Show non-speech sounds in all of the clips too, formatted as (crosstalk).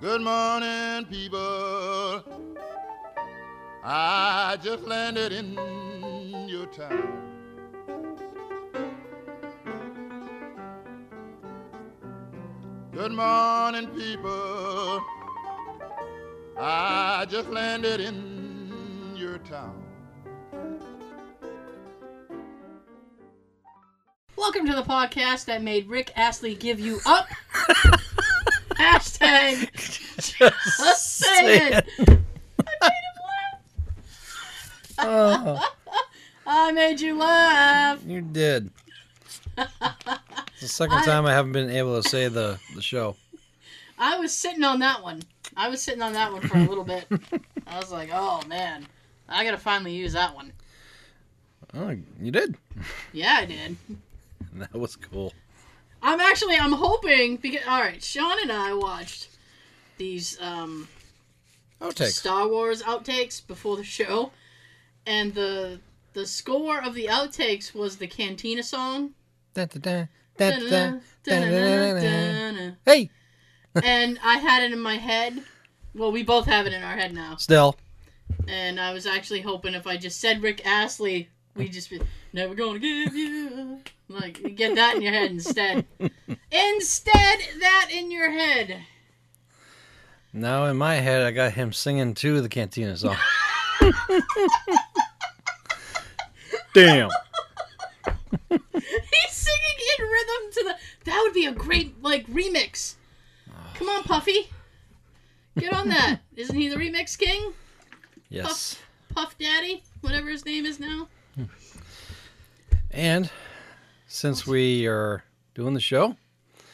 Good morning, people. I just landed in your town. Good morning, people. I just landed in your town. Welcome to the podcast that made Rick Astley give you up. Hashtag just say it. (laughs) Oh, I made you laugh. you did. It's the second time I haven't been able to say the, the show. I was sitting on that one. I was sitting on that one for a little bit. I was like, oh man, I gotta finally use that one. Oh, you did. (laughs) Yeah, I did. That was cool. I'm actually I'm hoping because all right, Sean and I watched these um Outtakes. Star Wars outtakes before the show, and the the score of the outtakes was the Cantina song. Da, da, da, da, da, da, da, da, da. Dun-dun-dun-dun-dun-dun. Hey, and I had it in my head. Well, we both have it in our head now. still. And I was actually hoping if I just said Rick Astley, we would just be never gonna give you up." like you get that in your head instead. instead, that in your head. Now in my head, I got him singing to the Cantina (laughs) song. Damn. He's singing in rhythm to the. That would be a great like remix. Come on, Puffy. Get on that. Isn't he the remix king? Yes. Puff Daddy, whatever his name is now. And since we are doing the show,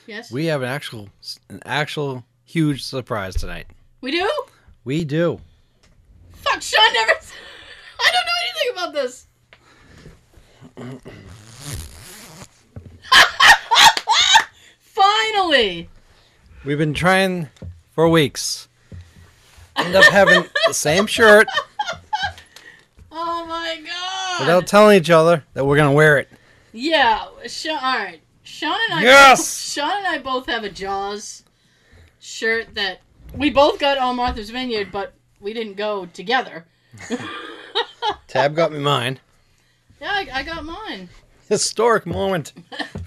Yes. we have an actual an actual huge surprise tonight. we do? We do. Fuck, Sean never. I don't know anything about this. (laughs) Finally! We've been trying for weeks. End up having the same shirt Oh my god! without telling each other that we're gonna wear it. Yeah, Sean. All right, Sean and I. Yes! Sean and I both have a Jaws shirt that we both got on Martha's Vineyard, but we didn't go together. (laughs) Tab got me mine. (laughs) Yeah, I, I got mine. Historic moment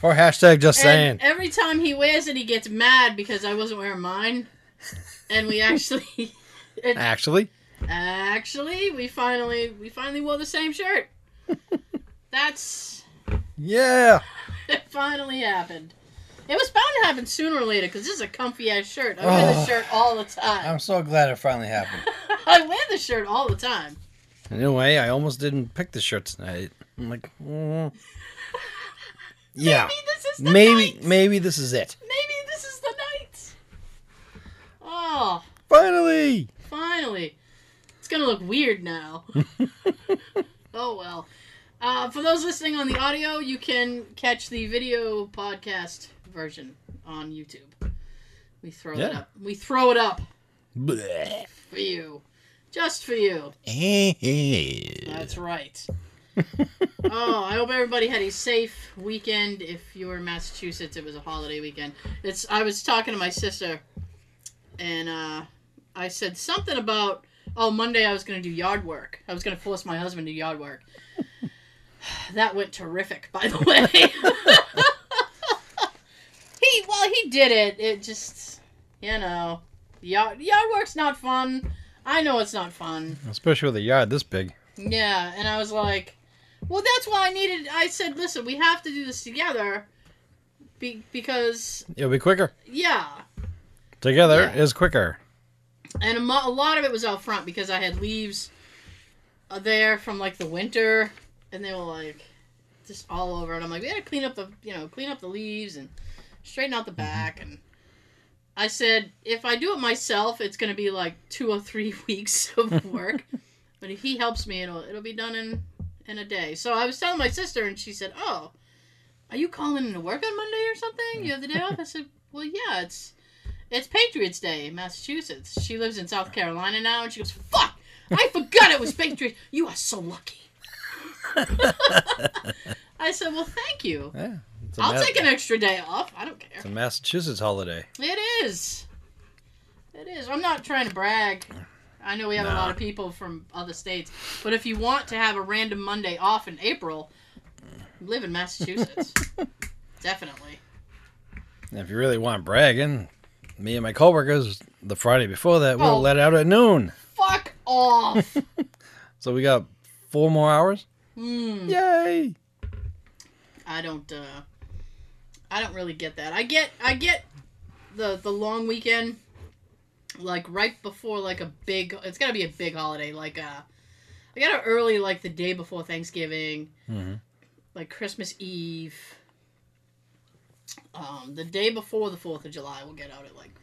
for hashtag just saying. And every time he wears it, he gets mad because I wasn't wearing mine, and we actually. Actually, Actually, we finally we finally wore the same (laughs) shirt. That's yeah. it. Finally happened. It was bound to happen sooner or later because this is a comfy ass shirt. I wear this Ugh. Um, shirt all the time. I'm so glad it finally happened. (laughs) I wear this shirt all the time. Anyway, I almost didn't pick the shirt tonight. I'm like, mm. yeah. Maybe this is the Maybe, night. maybe this is it. Maybe this is the night. Oh, Finally. finally. It's gonna look weird now. oh well. Uh, for those listening on the audio, you can catch the video podcast version on YouTube. We throw it Yeah. up. We throw it up (laughs) Bleh. for you, just for you. That's right. (laughs) oh, I hope everybody had a safe weekend. If you were in Massachusetts, it was a holiday weekend. It's. I was talking to my sister, and uh, I said something about oh Monday I was going to do yard work. I was going to force my husband to do yard work. (sighs) that went terrific, by the way. (laughs) he well he did it. It just you know yard yard work's not fun. I know it's not fun. Especially with a yard this big. Yeah, and I was like, well, that's why I needed. I said, listen, we have to do this together, be, because It'll be quicker. yeah, Together Yeah. is quicker. and a, mo- a lot of it was out front because I had leaves uh, there from like the winter, and they were like just all over, and I'm like, we had to clean up the you know clean up the leaves and straighten out the back, and I said, if I do it myself, it's gonna be like two or three (laughs) weeks of work. But if he helps me, it'll it'll be done in in a day. So I was telling my sister, and she said, "Oh, are you calling into work on Monday or something? You have the day off?" I said, "Well, yeah, it's it's Patriots Day in Massachusetts. She lives in South Carolina now, and she goes, "Fuck, I forgot it was Patriots. You are so lucky." (laughs) I said, "Well, thank you. Yeah. It's a I'll ma- take an extra day off. I don't care. It's a Massachusetts holiday. It is. It It is. I'm not trying to brag. I know we have a lot Nah. of people from other states, but if you want to have a random Monday off in April, live in Massachusetts. Definitely. And if you really want bragging, me and my coworkers the Friday before that we'll Oh. let out at noon. Fuck off. So we got four more hours. Hmm. Yay! I don't uh I don't really get that. I get I get the the long weekend like right before like a big it's got to be a big holiday like uh I got it early like the day before Thanksgiving, hmm like Christmas Eve. Um the day before the 4th of July we'll get out at like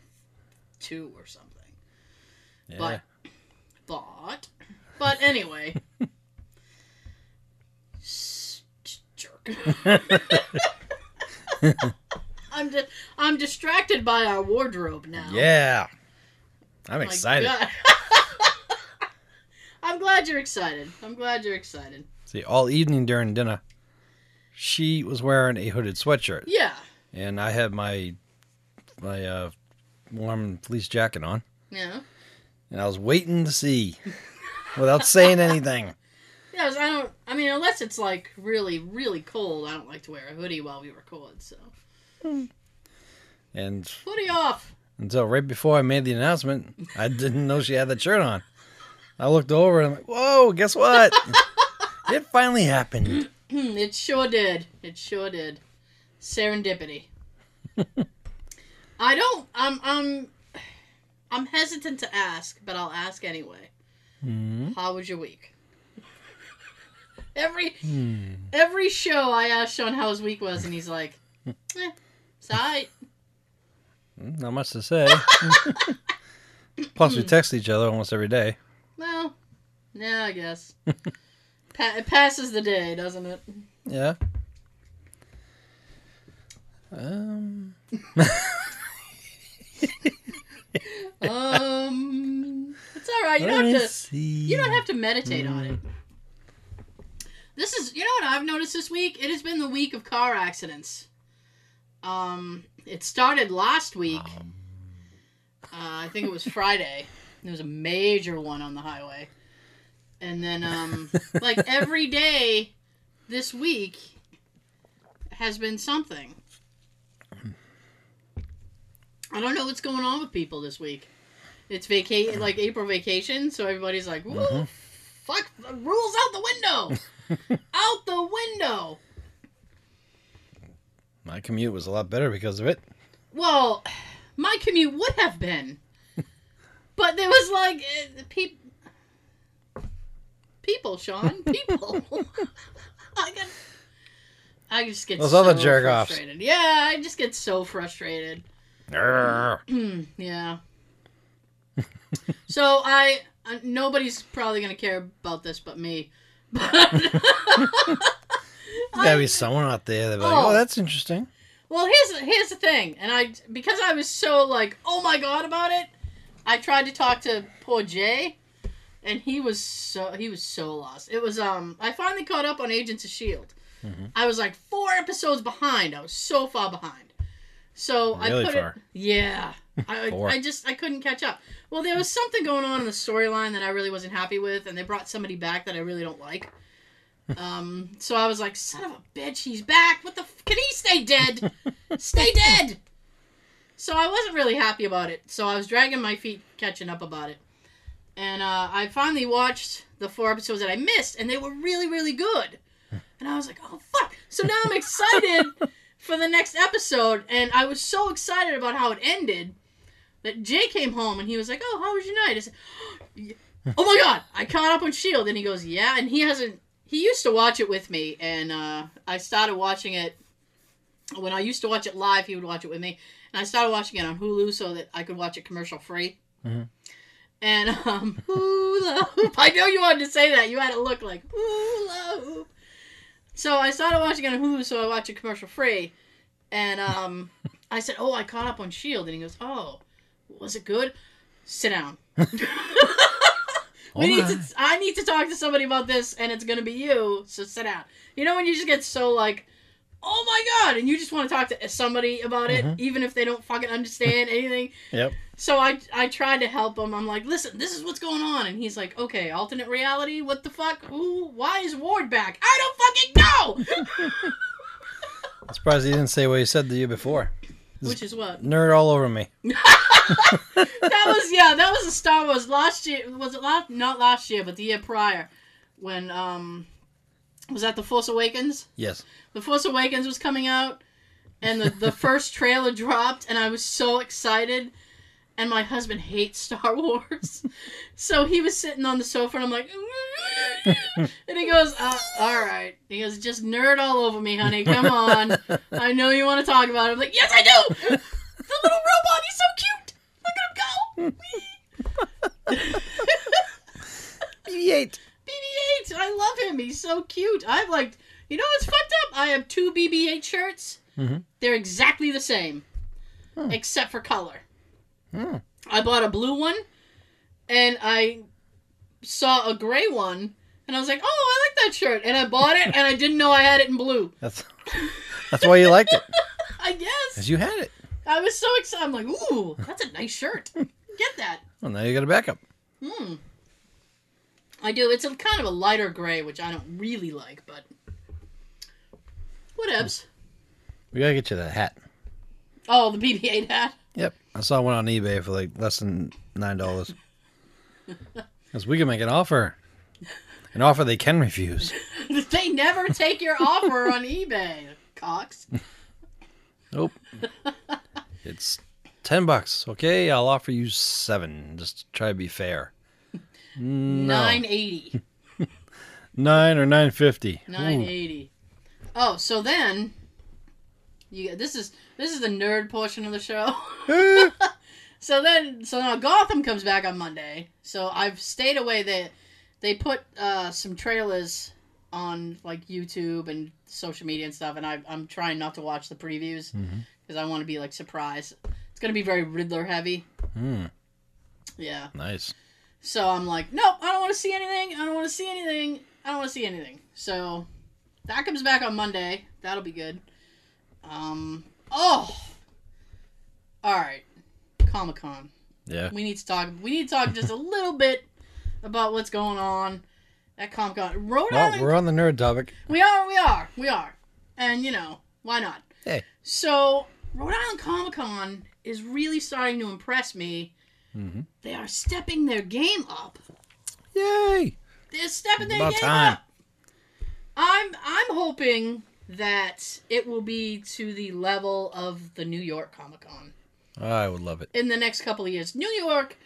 2 or something. Yeah. But but but anyway. S- (laughs) jerk. I'm di- I'm distracted by our wardrobe now. yeah. I'm My excited. God. (laughs) I'm glad you're excited. I'm glad you're excited. See, all evening during dinner, she was wearing a hooded sweatshirt, Yeah. and I had my my uh, warm fleece jacket on, Yeah. and I was waiting to see, without saying (laughs) anything. Yeah, 'cause I don't. I mean, unless it's like really, really cold, I don't like to wear a hoodie while we record. So And hoodie off. until right before I made the announcement, I didn't know she had that shirt on. I looked over and I'm like, "Whoa, guess (laughs) what? it finally happened." Hmm, it sure did. It sure did. Serendipity. I don't. I'm. I'm. I'm hesitant to ask, but I'll ask anyway. Mhm. How was your week? (laughs) every every show, I ask Sean how his week was, and he's like, eh, "It's alright." Not much (laughs) to say. Plus, we text each other almost every day. Well, yeah, I guess. pa- it passes the day, doesn't it? Yeah. Um. Um, it's all right. You let don't me have to. see. You don't have to meditate on it. This is, you know what I've noticed this week? It has been the week of car accidents. Um, it started last week. Uh, I think it was Friday. There was a major one on the highway. And then, um, like every day this week has been something. I don't know what's going on with people this week. It's vaca- like April vacation, so everybody's like, "Woo, Mm-hmm. fuck the rules out the (laughs) window, out the window." My commute was a lot better because of it. Well, my commute would have been, but there was like eh, pe- people, Sean, (laughs) people. I get, I just get Those so other jerk-offs. frustrated. Yeah, I just get so frustrated. Arrgh. Hmm, Yeah. (laughs) so I uh, nobody's probably gonna care about this but me. (laughs) But There's gotta be someone out there that be like, Oh. "Oh, that's interesting." well, here's here's the thing, and I because I was so like oh my god about it, I tried to talk to poor Jay, and he was so he was so lost. It was um I finally caught up on Agents of Shield. Mm-hmm. I was like four episodes behind. I was so far behind. So I Really put far. it. Yeah. I, Four. I just I couldn't catch up. Well, there was something going on in the storyline that I really wasn't happy with, and they brought somebody back that I really don't (laughs) like. Um, so I was like, "Son of a bitch, he's back! What the? F- Can he stay dead? stay dead!" So I wasn't really happy about it. So I was dragging my feet, catching up about it, and uh, I finally watched the four episodes that I missed, and they were really, really good. And I was like, "Oh fuck!" So now I'm excited for the next episode, and I was so excited about how it ended that Jay came home and he was like, "Oh, how was your night?" I said, (gasps) "Oh my god, I caught up on Shield." And he goes, "Yeah," and he hasn't. He used to watch it with me, and uh, I started watching it when I used to watch it live. He would watch it with me, and I started watching it on Hulu so that I could watch it commercial free. Mhm. And um, (laughs) hula hoop. I know you wanted to say that. You had it look like hula hoop. So I started watching it on Hulu, so I watch it commercial free, and um, I said, "Oh, I caught up on Shield," and he goes, "Oh." was it good? Sit down. we Oh need my. to, I need to talk to somebody about this, and it's gonna be you. So sit down. You know when you just get so like, oh my god, and you just want to talk to somebody about it, even if they don't fucking understand anything. Yep. So I I tried to help him. I'm like, listen, this is what's going on, and he's like, okay, alternate reality. What the fuck? Who? Why is Ward back? I don't fucking know. I'm surprised he didn't say what he said to you before. Which is what Nerd all over me. that was. Yeah, that was a Star Wars last year. Was it last? Not last year, but the year prior, when um, was that the Force Awakens? Yes. The Force Awakens was coming out, and the, the first trailer dropped, and I was so excited. And my husband hates Star (laughs) Wars. so he was sitting on the sofa, and I'm like, (laughs) and he goes, uh, All right. He goes, Just nerd all over me, honey. Come on. I know you want to talk about it. I'm like, Yes, I do. (laughs) The little robot, he's so cute. Look at him go. BB-8. BB 8. I love him. He's so cute. I've like, you know what's fucked up? I have two BB 8 shirts. Mhm. They're exactly the same, except for color. Hmm. I bought a blue one and I saw a gray one and I was like, oh, I like that shirt. And I bought it and I didn't know I had it in blue. That's that's why you liked it, I guess. because you had it. I was so excited. I'm like, ooh, that's a nice shirt. Get that. Well, now you got a backup. Hmm. I do. It's a kind of a lighter gray, which I don't really like, but whatevs. We gotta get you that hat. Oh, the BB-8 hat. (laughs) Yep. I saw one on eBay for like less than nine dollars. Because we can make an offer, an offer they can refuse. they never take your offer on eBay, Cox. Nope. it's ten bucks. Okay, I'll offer you seven. Just to try to be fair. No. Nine eighty. Nine or nine fifty. Nine eighty. Oh, so then you this is this is the nerd portion of the show. (laughs) so then so now Gotham comes back on Monday. So I've stayed away they they put uh, some trailers on like YouTube and social media and stuff and I I'm trying not to watch the previews Mhm. cuz I want to be like surprised. It's going to be very Riddler heavy. Hmm. Yeah. (laughs) Nice. So I'm like, nope, I don't want to see anything. I don't want to see anything. I don't want to see anything. So that comes back on Monday. That'll be good. Um. Oh. All right. Comic Con. Yeah. We need to talk. We need to talk just a little bit about what's going on at Comic Con. Rhode Well, Island. we're on the nerd topic. We are. We are. We are. And you know why not? Hey. So Rhode Island Comic Con is really starting to impress me. Mhm. They are stepping their game up. Yay! They're stepping their About game time. up. I'm I'm hoping that it will be to the level of the New York Comic Con I would love it. in the next couple of years. New York,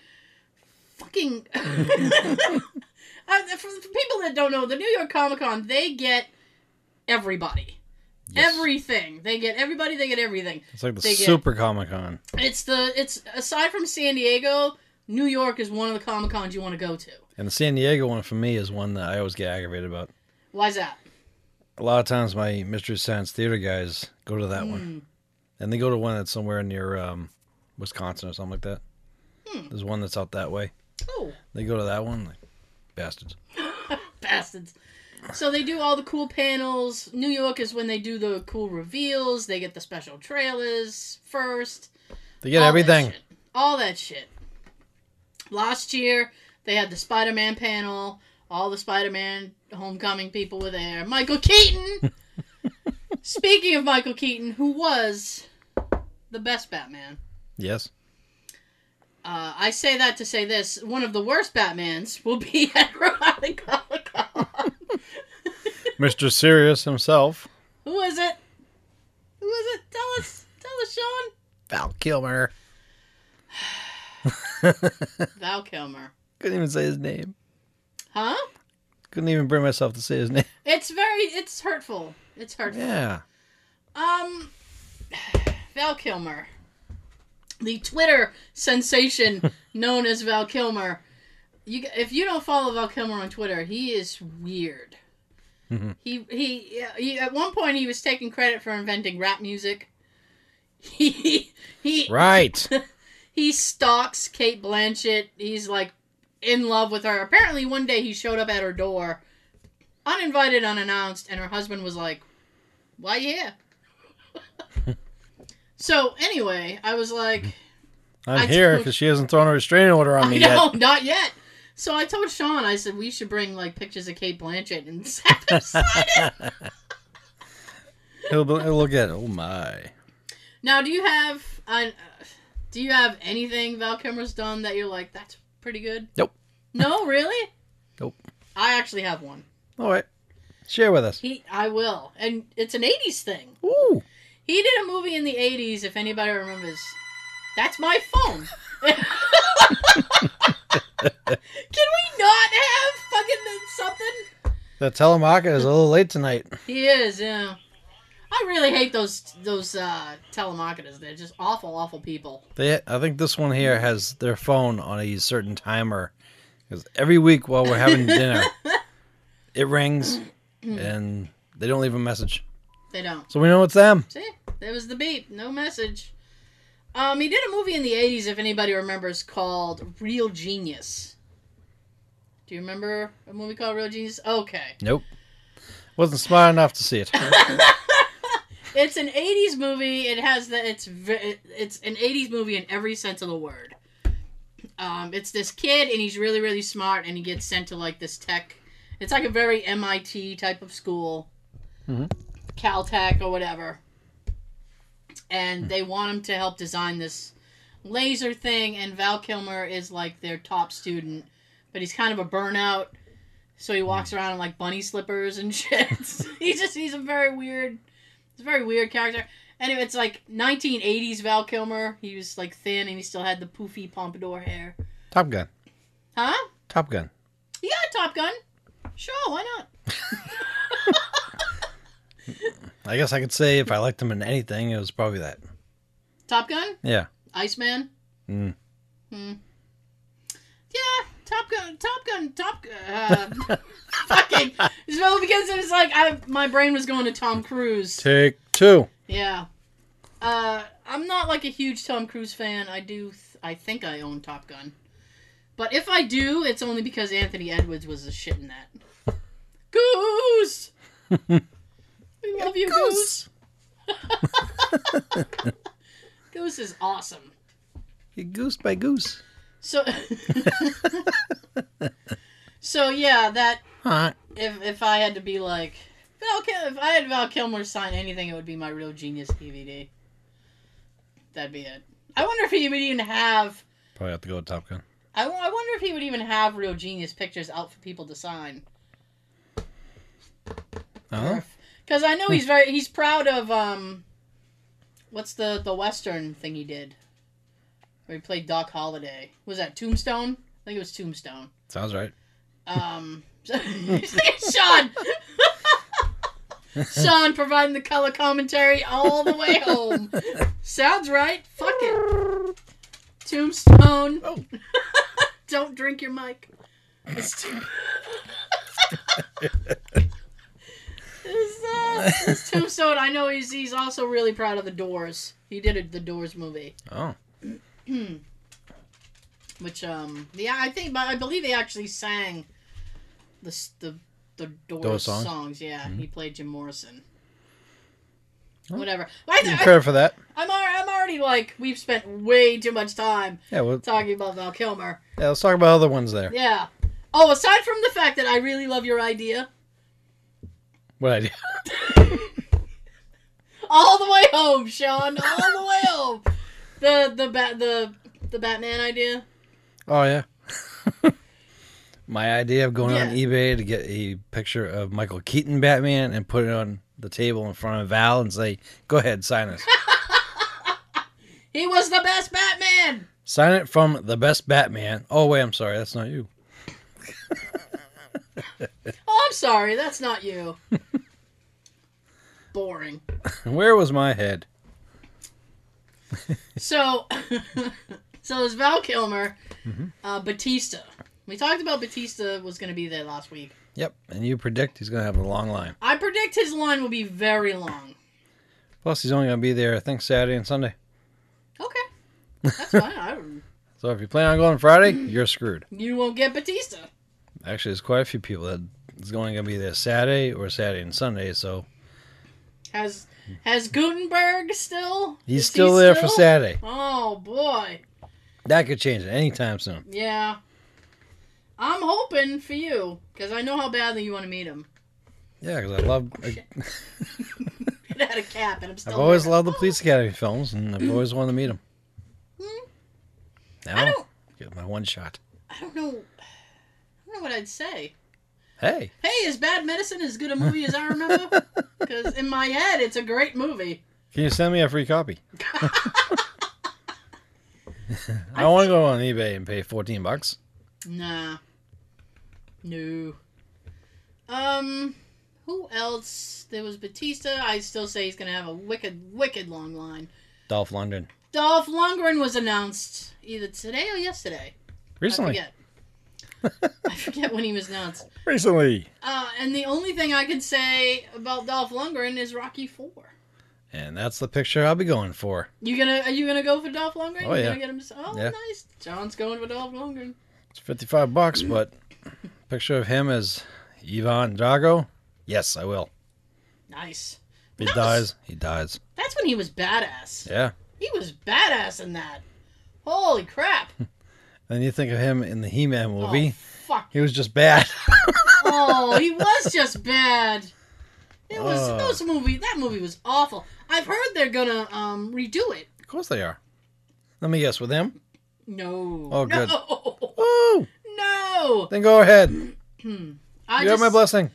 fucking. (laughs) Uh, for, for people that don't know, the New York Comic Con they get everybody, Yes. everything. They get everybody. They get everything. It's like the They get- Super Comic Con. It's the it's aside from San Diego, New York is one of the Comic Cons you want to go to. And the San Diego one for me is one that I always get aggravated about. Why's that? A lot of times my Mystery Science Theater guys go to that one. Hmm. And they go to one that's somewhere near um, Wisconsin or something like that. Hmm. There's one that's out that way. Oh. They go to that one, like bastards. bastards. So they do all the cool panels. New York is when they do the cool reveals. They get the special trailers first. They get all everything. That Oh, shit. all that shit. Last year they had the Spider Man panel. All the Spider Man homecoming people were there. Michael (laughs) Keaton. Speaking of Michael Keaton, who was the best Batman. Yes. Uh, I say that to say this: one of the worst Batmans will be (laughs) at Rhode Island Comic Con. Mr. Sirius himself. Who is it? Who is it? Tell us. Tell us, Sean. Val Kilmer. Val Kilmer. Couldn't even say his name. Huh? Couldn't even bring myself to say his name. (laughs) It's very it's hurtful. It's hurtful. Yeah. Um (sighs) Val Kilmer. The Twitter sensation known as Val Kilmer. You if you don't follow Val Kilmer on Twitter, he is weird. Mhm. He, he yeah, he at one point he was taking credit for inventing rap music. (laughs) He he (laughs) Right. he stalks Kate Blanchett. He's like in love with her. Apparently, one day he showed up at her door, uninvited, unannounced, and her husband was like, "Why you here?" (laughs) So anyway, I was like, I'm I here told- because she hasn't thrown a restraining order on I (laughs) me know, yet. not yet. So I told Sean, I said we should bring like pictures of Kate Blanchett and (laughs) sat beside (laughs) it. He'll, be- he'll look at it. Oh my. Now, do you have I, do you have anything Val Kilmer's done that you're like that's pretty good? Nope. No, really? Nope. I actually have one. All right. Share with us. He, I will, and it's an '80s thing. Ooh. He did a movie in the '80s. If anybody remembers, that's my phone. (laughs) Can we not have fucking something? The telemarketer is a little late tonight. He is, yeah. I really hate those those uh, telemarketers. They're just awful, awful people. They, I think this one here has their phone on a certain timer because every week while we're having dinner, it rings and they don't leave a message, They don't. so we know it's them. See, there was the beep. No message. Um, he did a movie in the '80s, if anybody remembers, called Real Genius. Do you remember a movie called Real Genius? Okay, Nope, wasn't smart enough to see it. it's an '80s movie. It has the it's ve- it's an '80s movie in every sense of the word. Um, it's this kid, and he's really really smart, and he gets sent to like this tech. It's like a very MIT type of school, Mhm. Caltech or whatever. And they want him to help design this laser thing, and Val Kilmer is like their top student, but he's kind of a burnout. So he walks around in like bunny slippers and (laughs) shit. he's just he's a very weird He's a very weird character. Anyway, it's like 1980s Val Kilmer. He was like thin and he still had the poofy pompadour hair. Top Gun, Huh? Top Gun. He got a Top Gun. Sure, why not? I guess I could say if I liked him in anything, it was probably that. Top Gun? Yeah, Iceman? Mm. Hmm. Yeah, Top Gun, Top Gun, Top Gun. Uh, fucking. So because it was like I, my brain was going to Tom Cruise. take two. Yeah. Uh, I'm not like a huge Tom Cruise fan. I do. Th- I think I own Top Gun, but if I do, it's only because Anthony Edwards was a shit in that. Goose. we love you, Goose. Goose is awesome. You Goose by goose. So. (laughs) so yeah, that Huh. if if I had to be like Val Kil- if I had Val Kilmer sign anything, it would be my Real Genius DVD. That'd be it. I wonder if he would even have. Probably have to go with Top Gun. I, wo- I wonder if he would even have Real Genius pictures out for people to sign. Oh, Because I know he's very he's proud of um. What's the the western thing he did? Where he played Doc Holliday. Was that Tombstone? I think it was Tombstone. sounds right. Um, (laughs) Sean. (laughs) Sean providing the color commentary all the way home. Sounds right. Fuck it. Tombstone. Oh. (laughs) Don't drink your mic. It's too- (laughs) It's, uh, it's Tombstone. I know he's he's also really proud of the Doors. He did a, the Doors movie, Oh, which um yeah I think but I believe they actually sang the s- the the Doors, Doors songs? songs. Yeah, he played Jim Morrison. Oh. Whatever. I, Give him I, credit for that. I'm al- I'm already like we've spent way too much time Yeah, well, talking about Val Kilmer. yeah. Let's talk about other ones there. Yeah. Oh, aside from the fact that I really love your idea, What idea? all the way home, Sean, all the way home. The the bat the the Batman idea. (laughs) Oh yeah. (laughs) My idea of going on Yeah. eBay to get a picture of Michael Keaton Batman and put it on the table in front of Val and say, "Go ahead, (laughs) sign us. He was the best Batman. sign it from the best Batman." Oh wait, I'm sorry, that's not you. Oh, I'm sorry, that's not you. Boring. Where was my head? So, (laughs) so there's Val Kilmer, Mm-hmm. uh, Batista. We talked about Batista was going to be there last week. Yep, and you predict he's gonna have a long line. I predict his line will be very long. Plus, he's only gonna be there, I think, Saturday and Sunday. Okay, (laughs) that's fine. I, don't- So if you plan on (clears throat) going Friday, you're screwed. you won't get Batista. Actually, there's quite a few people that is only gonna be there Saturday or Saturday and Sunday. So Has Has Gutenberg still? He's Is he still there for still? Saturday. Oh boy, That could change anytime soon. yeah. I'm hoping for you because I know how badly you want to meet him. (laughs) Yeah, because I love. (laughs) I, It had a cap, and I'm still. have always there. loved the Police Academy films, and I've always wanted to meet him. Hmm? I Now, don't. get my one shot. I don't know. I don't know what I'd say. Hey, Hey, is Bad Medicine as good a movie as I remember? Because in my head, it's a great movie. can you send me a (laughs) free copy? I want to go on eBay and pay fourteen bucks. Nah. No. Um, who else? There was Batista. I still say he's gonna have a wicked, wicked long line. Dolph Lundgren Dolph Lundgren was announced either today or yesterday. recently. I forget. I forget when he was announced. Recently, Uh, and the only thing I can say about Dolph Lundgren is Rocky Four. and that's the picture I'll be going for. You gonna are you gonna go for Dolph Lundgren? Oh, you yeah. gonna get him? Oh, Yeah. nice. John's going for Dolph Lundgren. It's fifty-five bucks, but picture of him as Ivan Drago. Yes, I will. Nice. If That he was- dies, he dies. That's when he was badass. Yeah. He was badass in that. Holy crap! And you think of him in the He-Man (laughs) movie. Oh, fuck. He was just bad. Oh, he was (laughs) just bad. It was Oh. those movie. That movie was awful. I've heard they're gonna um redo it. of course they are. Let me guess, with him? No. Oh, no. good. Woo! (laughs) No. Hmm. Then go ahead. You I have just, my blessing.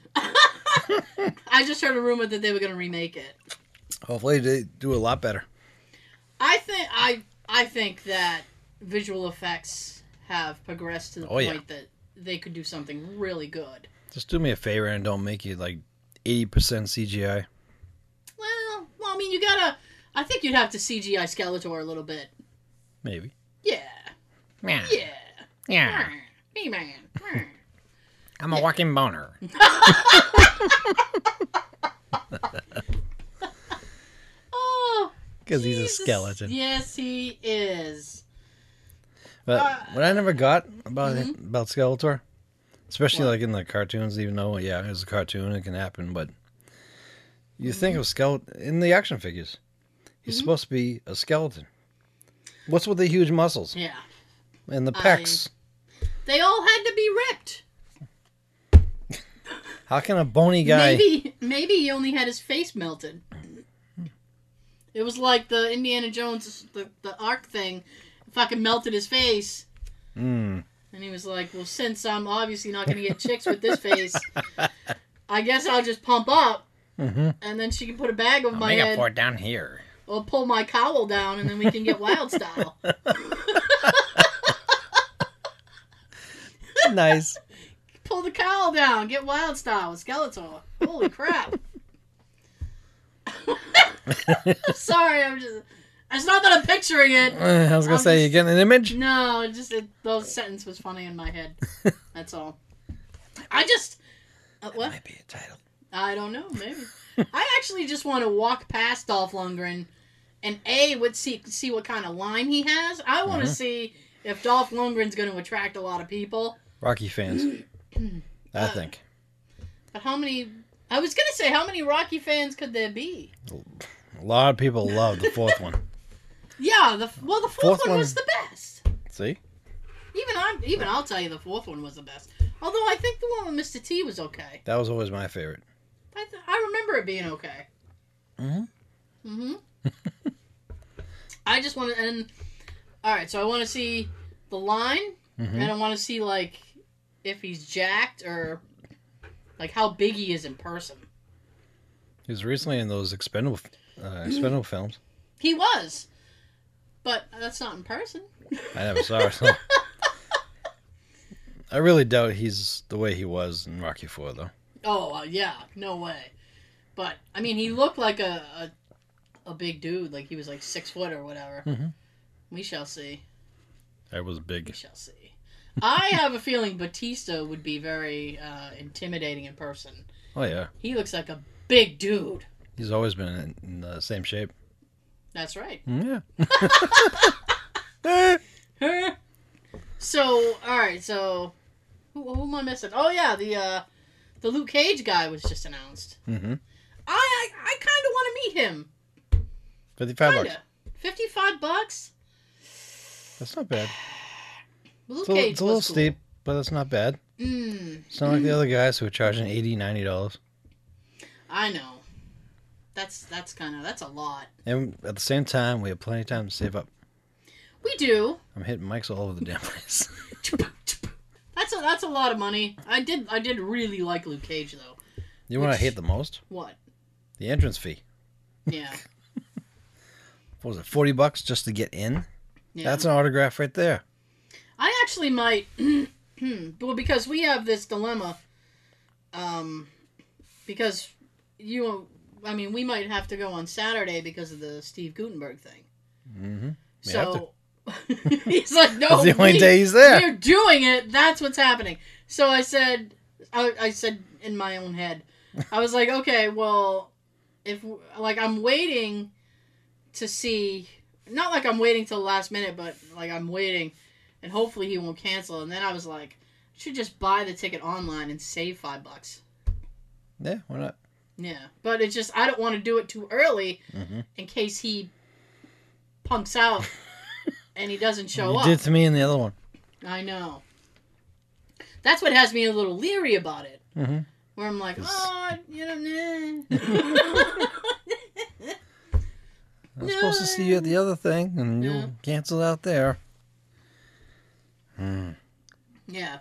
I just heard a rumor that they were gonna remake it. Hopefully they do a lot better. I think I I think that visual effects have progressed to the Oh, point yeah. that they could do something really good. Just do me a favor and don't make it like 80% CGI. Well, well, I mean, you gotta. I think you'd have to CGI Skeletor a little bit. Maybe. Yeah, Yeah. yeah. Yeah. Hey man. (laughs) I'm a walking boner. oh, Because he's a Jesus. skeleton. Yes, he is. But Uh, what I never got about about Skeletor, especially What? like in the cartoons, even though yeah, it's a cartoon, it can happen. But you think of skeleton in the action figures, he's supposed to be a skeleton. What's with the huge muscles Yeah, and the I- pecs? they all had to be ripped. How can a bony guy? Maybe maybe he only had his face melted. It was like the Indiana Jones the the arc thing, fucking melted his face, Mm, and he was like, "Well, since I'm obviously not gonna get chicks with this face, I guess I'll just pump up, mhm. and then she can put a bag over my make up head for it down here. or pull my cowl down, and then we can get wild style." nice. pull the cowl down, get wild style with Skeletor. Holy crap! (laughs) Sorry, I'm just. It's not that I'm picturing it. I was gonna I'm say you just- getting an image. No, it just it, the sentence was funny in my head. That's all. I just uh, what? Might be a title. I don't know. Maybe I actually just want to walk past Dolph Lundgren and a would see see what kind of line he has. I want to Mhm. see if Dolph Lundgren's going to attract a lot of people. Rocky fans. I Uh, think But how many? I was going to say how many Rocky fans could there be? a lot of people love the fourth one. Yeah, the well the fourth, Fourth one, one- was the best. See, Even I'm even I'll tell you the fourth one was the best. Although I think the one with Mr. T was okay. that was always my favorite. I, th- I remember it being okay. Mhm. Mm-hmm. I just want to, and all right, so I want to see the line, Mhm. and I want to see like if he's jacked or like how big he is in person. He was recently in those expendable, uh, expendable films. He was, but that's not in person. I never saw it. (laughs) so. I really doubt he's the way he was in Rocky Four, though. Oh uh, yeah, no way. But I mean, he looked like a a, a big dude, like he was like six foot or whatever. Mhm. We shall see. That was We big. shall see. I have a feeling Batista would be very uh, intimidating in person. Oh yeah, He looks like a big dude. he's always been in, in the same shape. That's right. (laughs) Mm, yeah. so, all right. So, who, who am I missing? Oh yeah, the uh, the Luke Cage guy was just announced. mm-hmm. I I, I kind of want to meet him. 55 bucks. Kinda. Fifty-five bucks. That's not bad. Luke It's a, Cage it's a little was cool. steep, but that's not bad. Mm, It's not like the other guys who are charging 80 $90. I know. That's that's kind of that's a lot. And at the same time, we have plenty of time to save up. We do. I'm hitting mics all over the damn place. (laughs) That's a that's a lot of money. I did I did really like Luke Cage though. You want to Which- hate the most? What? The entrance fee. (laughs) Yeah. What was it, 40 bucks just to get in? Yeah. That's an autograph right there. I actually might. (clears throat) well, because we have this dilemma. Um, because you, I mean, we might have to go on Saturday because of the Steve Gutenberg thing. Mm-hmm. We have so (laughs) he's like, no, That's the only we- day he's there. We're doing it. That's what's happening. So I said, I, I said in my own head, I was like, okay, well, if like I'm waiting to see, not like I'm waiting till the last minute, but like I'm waiting, and hopefully he won't cancel. And then I was like, I should just buy the ticket online and save five bucks. Yeah, why not? Yeah, but it's just I don't want to do it too early Mhm. in case he punks out and he doesn't show you up. did to me in the other one. I know. That's what has me a little leery about it. Mhm. Where I'm like, 'Cause- oh, you know, nah. I was supposed to see you at the other thing, and you No. canceled out there. Hmm. yeah.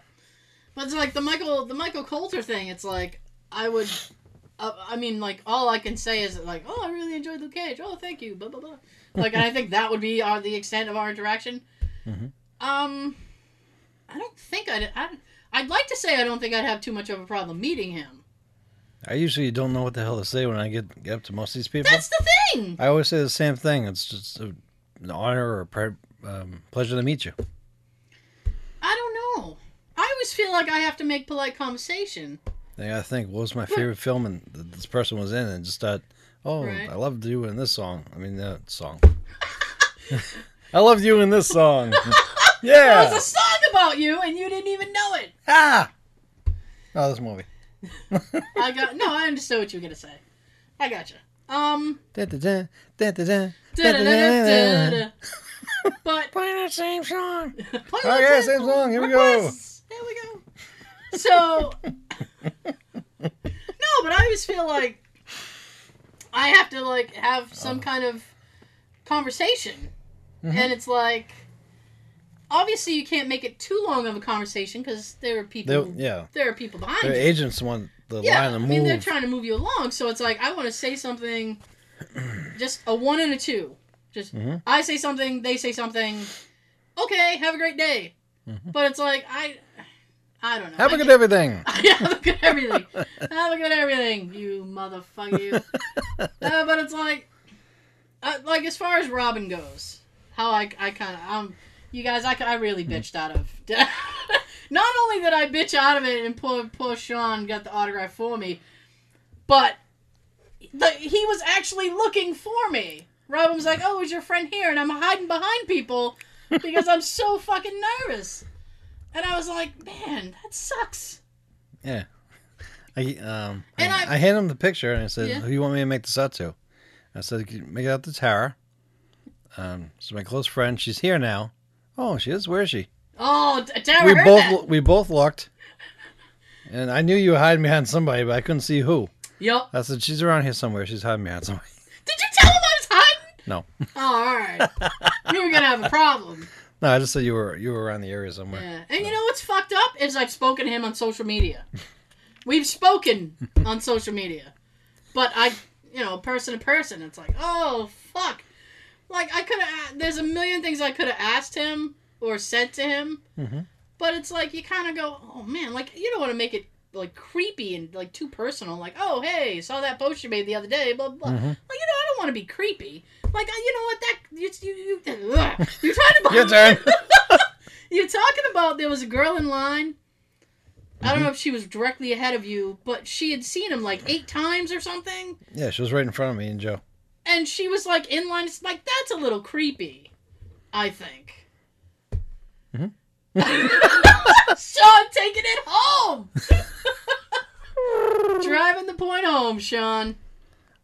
But it's like the Michael, the Michael Coulter thing. It's like I would, uh, I mean, like all I can say is like, oh, I really enjoyed Luke Cage. Oh, thank you. Blah blah blah. Like, and I think that would be our, the extent of our interaction. Mhm. Um, I don't think I'd, I'd. I'd like to say I don't think I'd have too much of a problem meeting him. I usually don't know what the hell to say when I get, get up to most of these people. That's the thing. I always say the same thing. It's just a, an honor or a pre- um, pleasure to meet you. I don't know. I always feel like I have to make polite conversation. Then I gotta think, what was my favorite film and th- this person was in, and just thought, oh, Right. I loved you in this song. I mean, that song. (laughs) I loved you in (laughs) this song. There yeah. was a song about you and you didn't even know it. Ah. Oh, this movie. I got no. I understood what you were gonna say. I gotcha. Um. Da-da-da, da-da-da, da-da-da-da. da-da-da-da-da. But Play that (laughs) same song. Play Oh, the yeah, tempo. same song. Here we go. Requests. There we go. (laughs) So, no, but I always feel like I have to like have some kind of conversation, Mm-hmm. and it's like obviously you can't make it too long of a conversation because there are people. They- yeah, There are people behind their you. agents want the Yeah, line to I move. mean they're trying to move you along, so it's like I want to say something, (clears throat) just a one and a two. Just Mhm. I say something, they say something. Okay, have a great day. But it's like I, I don't know. Mm-hmm. Have I a good can't- everything. (laughs) have a good everything. have a good everything, you motherfucker. You. Uh, but it's like, uh, like as far as Robin goes, how I, I kind of, um, you guys, I, I really bitched out of. (laughs) Not only did I bitch out of it, and poor poor Sean got the autograph for me, but the, he was actually looking for me. Robin was like, "Oh, is your friend here?" And I'm hiding behind people because I'm so fucking nervous. And I was like, "Man, that sucks." I um And I, I- I hand him the picture and I said, Yeah. "Who you want me to make this out to?" I said, "Can you "Make it out to Tara." Um, so my close friend, she's here now. Oh, she is. Where is she? Oh, D- Tara we heard both that. we both looked, and I knew you were hiding behind somebody, but I couldn't see who. Yup. I said, "She's around here somewhere. She's hiding behind somebody." (laughs) Did you tell him I was hiding? No, (laughs) Oh, all right. you were gonna have a problem. no, I just said you were you were around the area somewhere. Yeah. And you know what's fucked up is I've spoken to him on social media. (laughs) We've spoken on social media, but I, you know, person to person, it's like, oh fuck. Like I could have. There's a million things I could have asked him or said to him, Mhm. but it's like you kind of go, oh man, like you don't want to make it like creepy and like too personal. Like, oh hey, saw that post you made the other day, blah blah. Mhm. Like, you know, I don't want to be creepy. Like, I- you know what? That you you (laughs) you ugh. you're talking about. Your (laughs) turn. you're talking about there was a girl in line. I don't know if she was directly ahead of you, but she had seen him like eight times or something, yeah, she was right in front of me and Joe. and she was like in line. It's like that's a little creepy, I think. (laughs) Mhm. Sean taking (laughs) it home, driving the point home, Sean.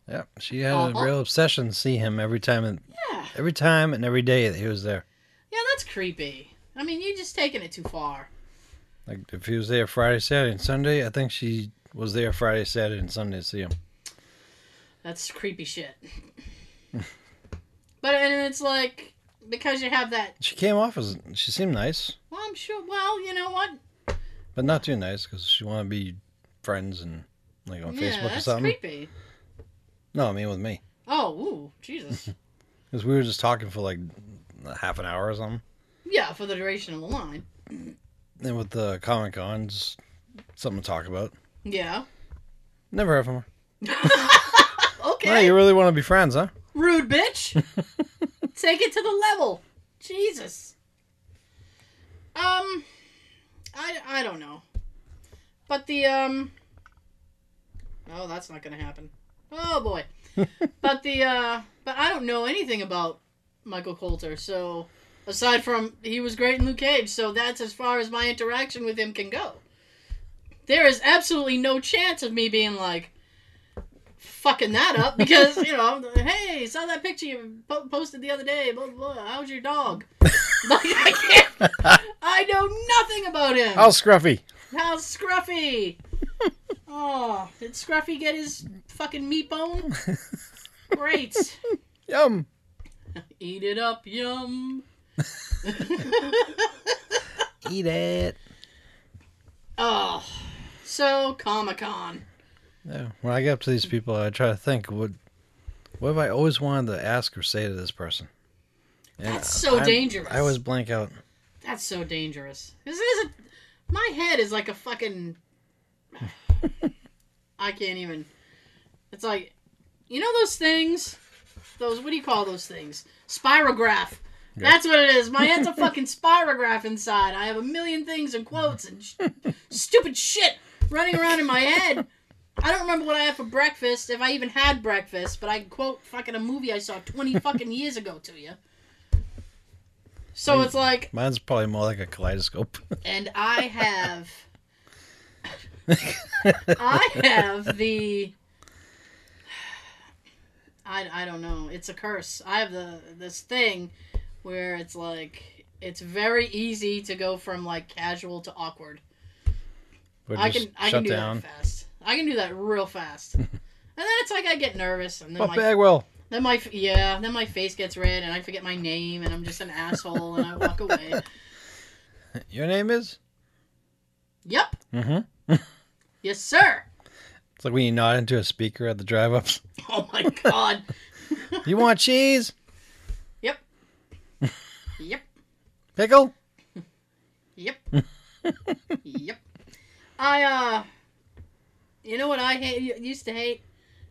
Yep, she had Aw. a real obsession to see him every time and Yeah. every time and every day that he was there. Yeah, that's creepy. I mean, you're just taking it too far. Like if he was there Friday, Saturday, and Sunday, I think she was there Friday, Saturday, and Sunday to see him. That's creepy shit. but and it's like because you have that. She came off as she seemed nice, Well, I'm sure. Well, you know what? but not too nice because she wanted to be friends and like on yeah, Facebook or that's something. creepy. No, I mean with me Oh, ooh, (laughs) Jesus. because we were just talking for like half an hour or something. yeah, for the duration of the line. And with the Comic Cons, something to talk about. (laughs) Yeah. Never heard from her. Okay. Mm. Hey, you really want to be friends, huh? Rude (laughs) bitch. Take it to the level. Jesus. Um I I don't know. But the um Oh, that's not going to happen. Oh boy. but the uh but I don't know anything about Michael Coulter. So aside from he was great in Luke Cage, so that's as far as my interaction with him can go. There is absolutely no chance of me being like fucking that up because you know, I'm (laughs) the- hey, saw that picture you po- posted the other day. Blah blah. blah. How's your dog? like I can't. I know nothing about him. How scruffy. How's Scruffy? oh, did Scruffy get his fucking meat bone? Great. Yum. Eat it up, yum. (laughs) Eat it. Oh, so Comic Con. Yeah. When I get up to these people, I try to think what what have I always wanted to ask or say to this person. And That's so I- dangerous. I always blank out. That's so dangerous. This is a, my head is like a fucking. I can't even. It's like, you know those things, those what do you call those things? Spirograph. That's what it is. My head's a fucking spirograph inside. I have a million things and quotes and sh- stupid shit running around in my head. I don't remember what I had for breakfast, if I even had breakfast, but I can quote fucking a movie I saw 20 fucking years ago to you. So it's like, Mine's probably more like a kaleidoscope. (laughs) and I have I have the I, I don't know. It's a curse. I have the this thing where it's like it's very easy to go from like casual to awkward. Would I just can I shut can do down. that fast. I can do that real (laughs) fast. and then it's like I get nervous and then Buff my Bagwell. then my f- yeah, then my face gets red and I forget my name and I'm just an asshole and I walk away. (laughs) Your name is? Yep. Mm-hmm. Yes, sir. It's like when you nod into a speaker at the (laughs) drive ups. Oh my god. You want cheese? Yep. Pickle? Yep. yep. I uh you know what I hate used to hate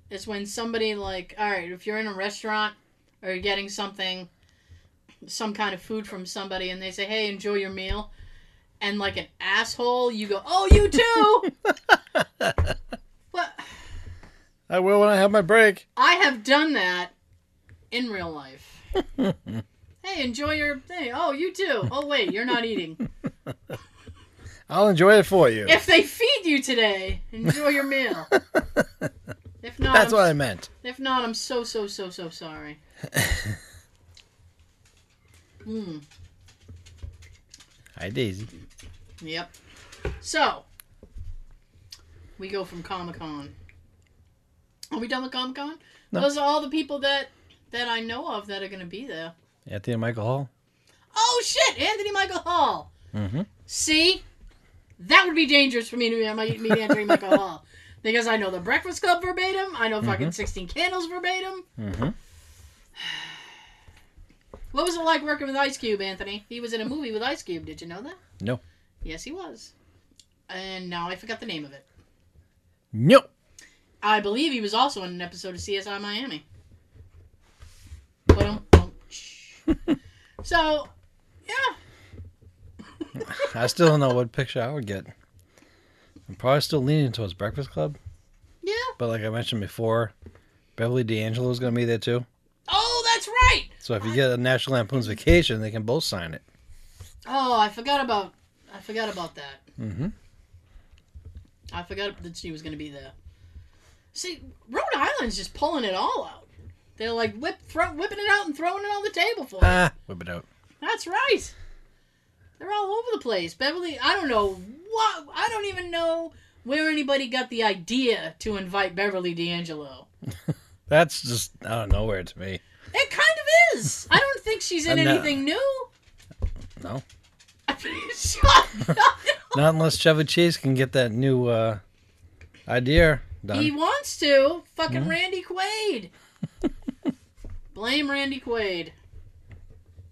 is when somebody like all right, if you're in a restaurant or you're getting something some kind of food from somebody and they say, "Hey, enjoy your meal." And like an asshole, you go, "Oh, you too." (laughs) what I will when I have my break. I have done that in real (laughs) life. hey, enjoy your thing. Oh, you too. Oh, wait, you're not eating. I'll enjoy it for you. If they feed you today, enjoy your meal. If not, That's I'm, what I meant. if not, I'm so so so so (laughs) sorry. Hmm. Hi, Daisy. Yep. So we go from Comic Con. Are we done with Comic Con? No. Those are all the people that that I know of that are going to be there. Anthony and Michael Hall. Oh shit, Anthony Michael Hall. Mm-hmm. See, that would be dangerous for me to be me, me entering Michael Hall (laughs) because I know the Breakfast Club verbatim. I know fucking Sixteen Candles verbatim. Mm-hmm. What was it like working with Ice Cube, Anthony? He was in a movie with Ice Cube. Did you know that? No. Yes, he was. And now I forgot the name of it. Nope. I believe he was also in an episode of CSI Miami. (laughs) Ba-dum-bum-tsh. so, yeah, I still don't know what picture I would get. I'm probably still leaning towards Breakfast Club, yeah. but like I mentioned before, Beverly D'Angelo is going to be there too. Oh, that's right. So if you get a National Lampoon's Vacation, they can both sign it. Oh, I forgot about I forgot about that. Mm-hmm. I forgot that she was going to be there. See, Rhode Island's just pulling it all out. They're like whip, throw, whipping it out and throwing it on the table for you. Ah, whip it out. That's right. They're all over the place. Beverly, I don't know what. I don't even know where anybody got the idea to invite Beverly D'Angelo. That's just out of nowhere to me. It kind of is. I don't think she's in Uh, no. anything new. No, (laughs) Shut up. not unless Chevy Chase can get that new uh, idea done. He wants to. Fucking Randy (laughs) Quaid. Blame Randy Quaid.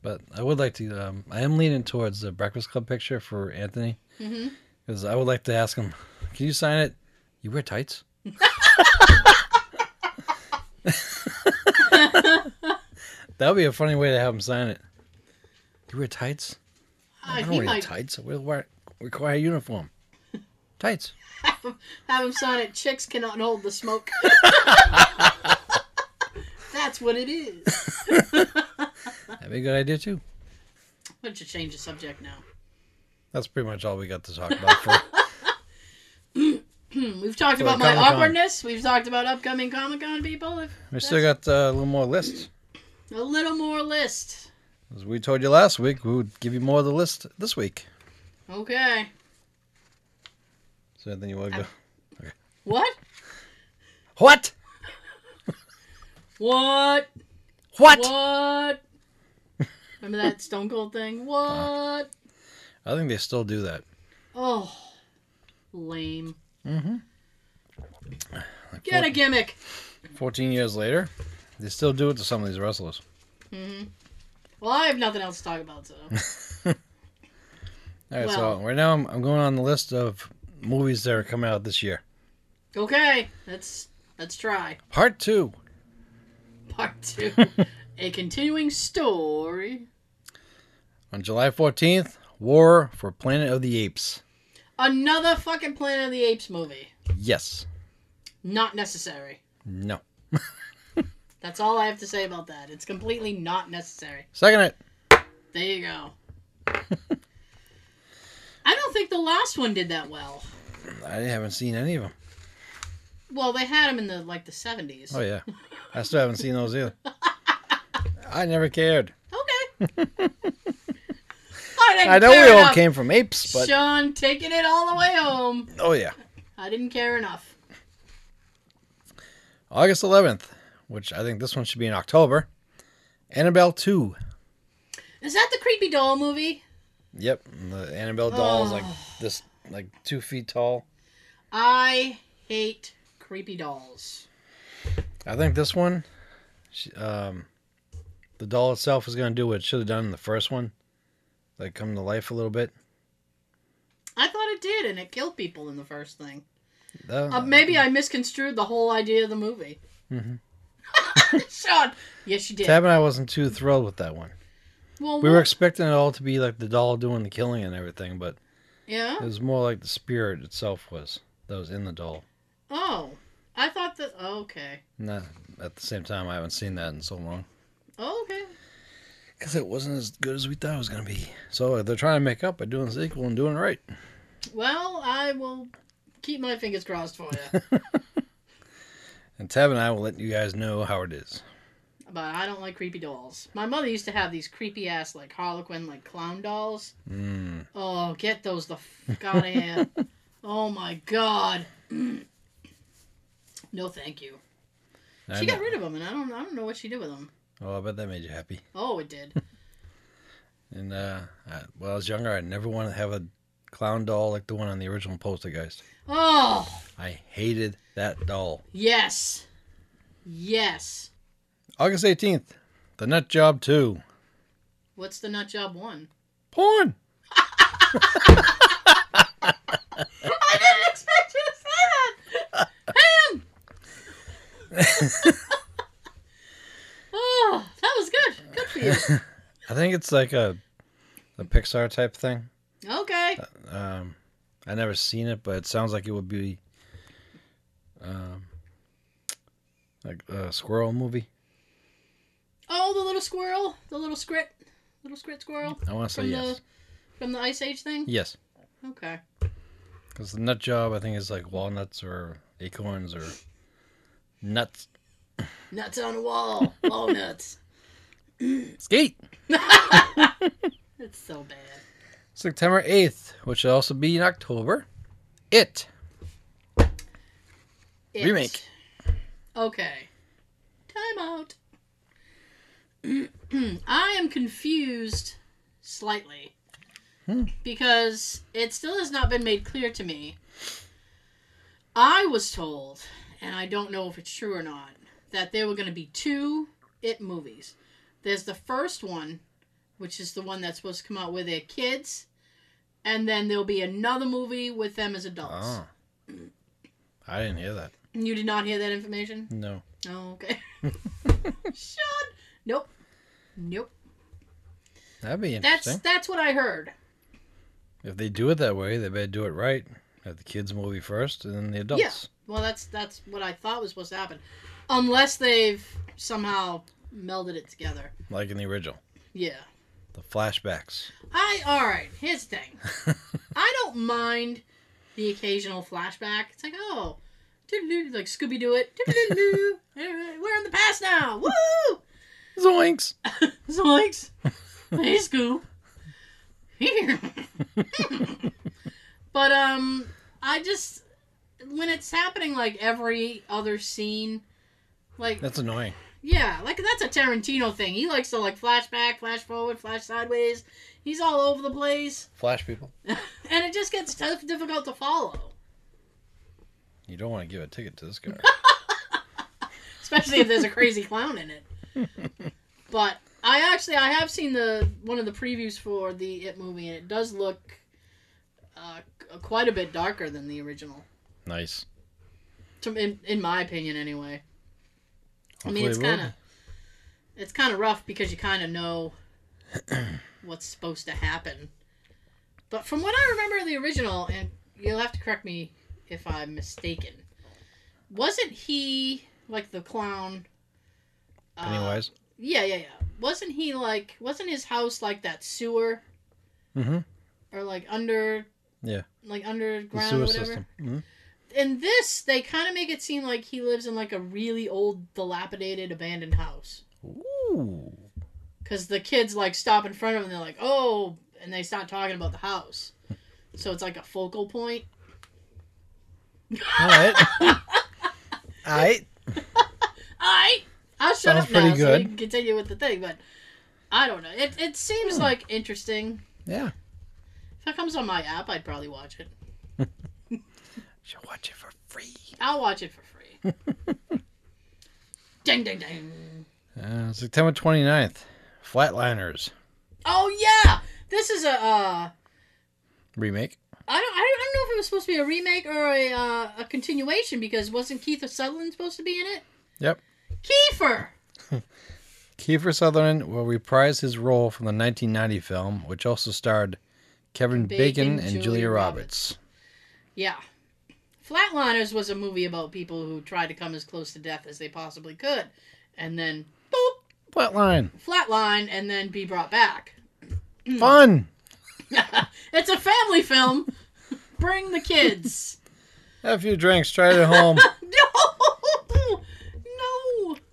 But I would like to. Um, I am leaning towards the Breakfast Club picture for Anthony Mhm. because I would like to ask him, "Can you sign it? You wear tights?" (laughs) that would be a funny way to have him sign it. You wear tights? Uh, I don't he wear might tights. I wear (laughs) require uniform. tights. have him sign it. Chicks cannot hold the (laughs) smoke. (laughs) That's what it is. That'd be a good idea too. Why don't you change the subject now? (clears throat) That's pretty much all we got to talk about for Hmm, We've talked So, about my Comic-Con. awkwardness. We've talked about upcoming Comic Con people. If- We still got uh, a little more list. A little more list. As we told you last week, we would give you more of the list this week. Okay. So then you want to go. What? What? What? What? What? (laughs) Remember that Stone Cold thing? What? I think they still do that. Oh, lame. Mm-hmm. Get a gimmick. 14 years later, they still do it to some of these wrestlers. hmm Well, I have nothing else to talk about, so. All right, Well- so right now I'm, I'm going on the list of movies that are coming out this year. Okay, let's let's try (laughs) Part two. part two. a continuing story. On July 14th, War for Planet of the Apes. Another fucking Planet of the Apes movie. Yes. Not necessary. No. That's all I have to say about that. It's completely not necessary. Second it. There you go. I don't think the last one did that well. I haven't seen any of them. Well, they had them in the like the seventies. Oh, yeah. I still haven't seen those either. I never cared. Okay. (laughs) I, didn't I know care we all enough. came from apes, but. Sean taking it all the way home. Oh, yeah. I didn't care enough. August 11th, which I think this one should be in October. Annabelle 2. Is that the creepy doll movie? Yep, and the Annabelle doll is like Ugh. this, like two feet tall. I hate creepy dolls. I think this one, she, um, the doll itself is gonna do what it should have done in the first one, like come to life a little bit. I thought it did, and it killed people in the first thing. Uh, Uh, maybe I misconstrued the whole idea of the movie. Mhm. (laughs) Sean, yes, you did. Tab and I wasn't too thrilled with that one. well, We were what- expecting it all to be like the doll doing the killing and everything, but yeah. it was more like the spirit itself was that was in the doll. Oh, I thought that. Okay. Not at the same time, I haven't seen that in so long. Okay. Because it wasn't as good as we thought it was going to be. So uh, they're trying to make up by doing the sequel and doing it right. Well, I will keep my fingers crossed for you, And Tab and I will let you guys know how it is. but I don't like creepy dolls. My mother used to have these creepy ass like Harlequin like clown dolls. Mm. Oh, get those the fuck out of (laughs) here! Oh my god. no, thank you. I She got know. rid of them, and I don't I don't know what she did with them. Oh, I bet that made you happy. Oh, it did. And uh, I, when I was younger, I never wanted to have a clown doll like the one on the original Poltergeist. Oh, I hated that doll. yes. Yes. August 18th, The Nut Job 2. What's the nut job one? (laughs) Porn! I didn't expect you to say that. (laughs) Man. (laughs) oh, that was good. Good for you. I think it's like a, a Pixar type thing. Okay. Um, I never seen it, but it sounds like it would be um, like a squirrel movie. Oh, the little squirrel, the little scrit, little scrit squirrel I want to say From yes, from the Ice Age thing. yes, Okay. because the nut job I think is like walnuts or acorns or Nuts. Nuts on the wall. Walnuts. (laughs) Skate. It's so bad. September 8th, which will also be in October. It. It. Remake. Okay. Time out. (clears throat) I am confused slightly because it still has not been made clear to me. I was told, and I don't know if it's true or not, that there were going to be two It movies. There's the first one, which is the one that's supposed to come out with their kids, and then there'll be another movie with them as adults. Oh. I didn't hear that. You did not hear that information? No. Oh, okay. Sean. Nope. Nope. That'd be That's interesting. that's what I heard. If they do it that way, they better do it right. Have the kids movie first and then the adults. Well, that's that's what I thought was supposed to happen, unless they've somehow melded it together. Like in the original. Yeah. The flashbacks. I all right. Here's the thing. I don't mind the occasional flashback. It's like oh, doo-doo-doo, like Scooby Doo it. Doo-doo-doo-doo. Alright, We're in the past now. Woo! Zoinks! Zoinks! Hey, Scoop. Here. but um, I just when it's happening like every other scene, like That's annoying. yeah, like that's a Tarantino thing. He likes to like flashback, flash forward, flash sideways. He's all over the place, Flash people. and it just gets tough, difficult to follow, You don't want to give a ticket to (laughs) this guy. especially if there's a crazy clown in it. But I actually I have seen the one of the previews for the It movie, and it does look uh, c- quite a bit darker than the original, nice. to, in, in my opinion, anyway. I mean, Hopefully it's it will kind of it's kind of rough because you kind of know (clears throat) what's supposed to happen. But from what I remember of the original, and you'll have to correct me if I'm mistaken, wasn't he like the clown? uh, be. Pennywise. Yeah, yeah, yeah. Wasn't he like? Wasn't his house like that sewer mm-hmm. or like under? Yeah. Like The underground, or sewer whatever. system. Mhm. In this, they kind of make it seem like he lives in like a really old, dilapidated, abandoned house. Mm-hmm. Ooh. Because the kids like stop in front of him and they're like, oh, and they start talking about the house. So it's like a focal point. All right. (laughs) All right. I I'll shut Sounds up now pretty so we good. can continue with the thing, but I don't know. It it seems Hmm. like interesting. Yeah. If it comes on my app, I'd probably watch it. Should watch it for free. I'll watch it for free. (laughs) ding ding ding. Uh, September 29th. Flatliners Oh yeah. This is a uh remake. I don't, I don't I don't know if it was supposed to be a remake or a uh, a continuation because wasn't Keith Sutherland supposed to be in it? Yep. Kiefer. Kiefer Sutherland will reprise his role from the 1990 film, which also starred Kevin Bacon, and Julia, Roberts. Yeah. Flatliners was a movie about people who tried to come as close to death as they possibly could and then boop, Flatline. flatline and then be brought back. (laughs) Hmm. Fun. It's a family film. (laughs) Bring the kids. (laughs) Have a few drinks. Try it at home. no. No. (laughs)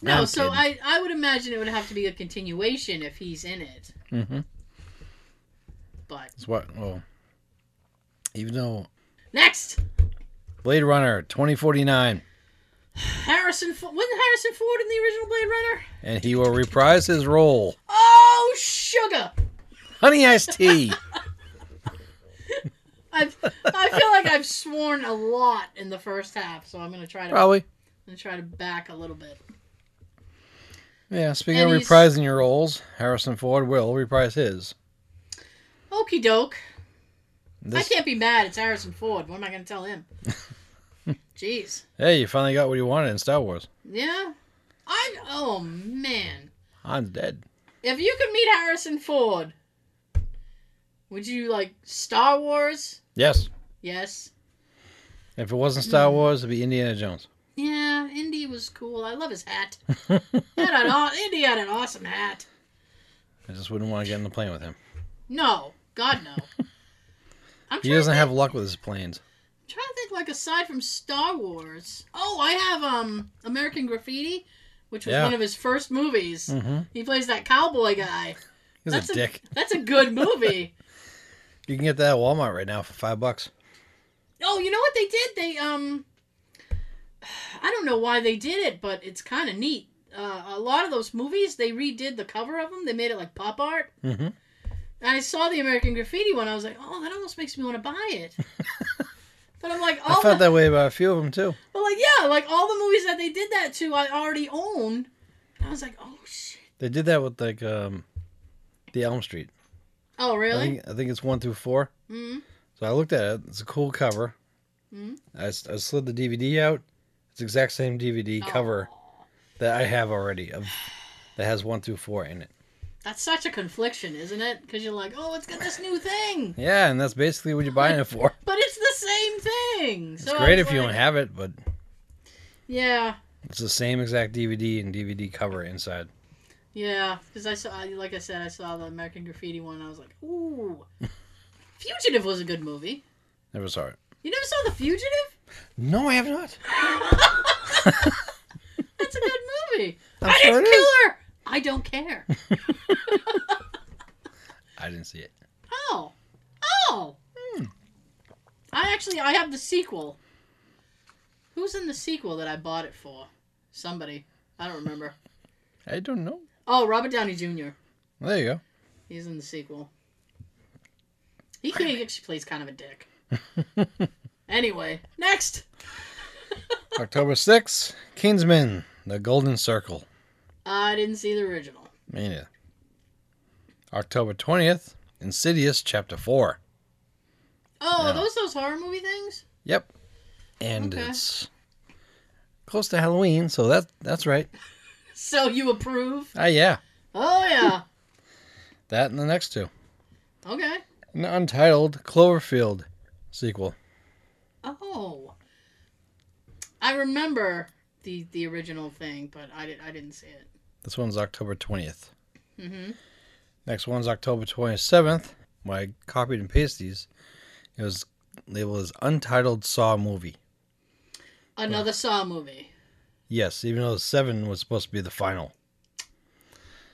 No, I'm so kidding. I, I would imagine it would have to be a continuation if he's in it. mm-hmm. But It's what? Well, even though next, Blade Runner 2049, Harrison Ford. Wasn't Harrison Ford in the original Blade Runner? and he will reprise his role. Oh, sugar. Honey (laughs) iced tea. I've, I feel like I've sworn a lot in the first half, so I'm gonna try to Probably. gonna try to back a little bit. Yeah, speaking And of he's- reprising your roles, Harrison Ford will reprise his. Okie doke. I This, can't be mad. It's Harrison Ford. What am I gonna tell (laughs) him? Jeez. hey, you finally got what you wanted in Star Wars. Yeah. I. Oh man. Han's dead. If you could meet Harrison Ford, would you like Star Wars? Yes. Yes. If it wasn't Hmm. Star Wars, it'd be Indiana Jones. (laughs) Yeah. Indy was cool. I love his hat. He had an aw- Indy had an awesome hat. I just wouldn't want to get in the plane with him. No. God no. I'm He trying to doesn't think- have luck with his planes. trying to think like like aside from Star Wars, oh, I have um American Graffiti, which was Yeah. one of his first movies. Mm-hmm. He plays that cowboy guy. He's That's a a- dick. That's a (laughs) good movie. You can get that at Walmart right now for five bucks. oh, you know what they did? They um, (sighs) I don't know why they did it, but it's kind of neat. Uh, a lot of those movies they redid the cover of them. They made it like pop art. Mhm. And I saw the American Graffiti one. I was like, oh, that almost makes me want to buy (laughs) it. but I'm like, I oh, felt that way about a few of them too. But like, yeah, like all the movies that they did that to, I already own. And I was like, oh shit. They did that with like um, the Elm Street. Oh I really? think, I think it's one through four. Mm-hmm. So I looked at it. It's a cool cover. Mhm. I, s- I slid the DVD out. It's the exact same DVD cover that I have already of that has one through four in it. That's such a confliction, isn't it? Because you're like, oh, it's got this new thing, Yeah, and that's basically what you're buying it (laughs) for. but it's the same thing. It's so I great was if you like- don't have it, but Yeah, it's the same exact DVD and DVD cover inside. yeah. Because I saw, like I said, I saw the American Graffiti one. And I was like, (laughs) ooh. Fugitive was a good movie. Never saw it. You never saw The Fugitive? No, I have not. That's a (laughs) good movie. I'm I sure didn't it kill is. her. I don't care. (laughs) I didn't see it. Oh. Oh. Hmm. I actually I have the sequel. Who's in the sequel that I bought it for? Somebody. I don't remember. I don't know. Oh, Robert Downey Jr. Well, there you go. He's in the sequel. He can- he actually plays kind of a dick. (laughs) anyway, next. October 6th, Kingsman, The Golden Circle. I didn't see the original. Me neither. October 20th, Insidious Chapter 4. Oh, are No. those those horror movie things? Yep. And Okay. it's close to Halloween, so that that's right. So you approve? Ah, yeah. Oh yeah. That and the next two. Okay. An untitled Cloverfield sequel. Oh. I remember the the original thing, but I did I didn't see it. This one's October 20th. Mhm. Next one's October 27th. When I copied and pasted these, it was labeled as Untitled Saw Movie. Another Saw movie. Yes, even though the seven was supposed to be the final.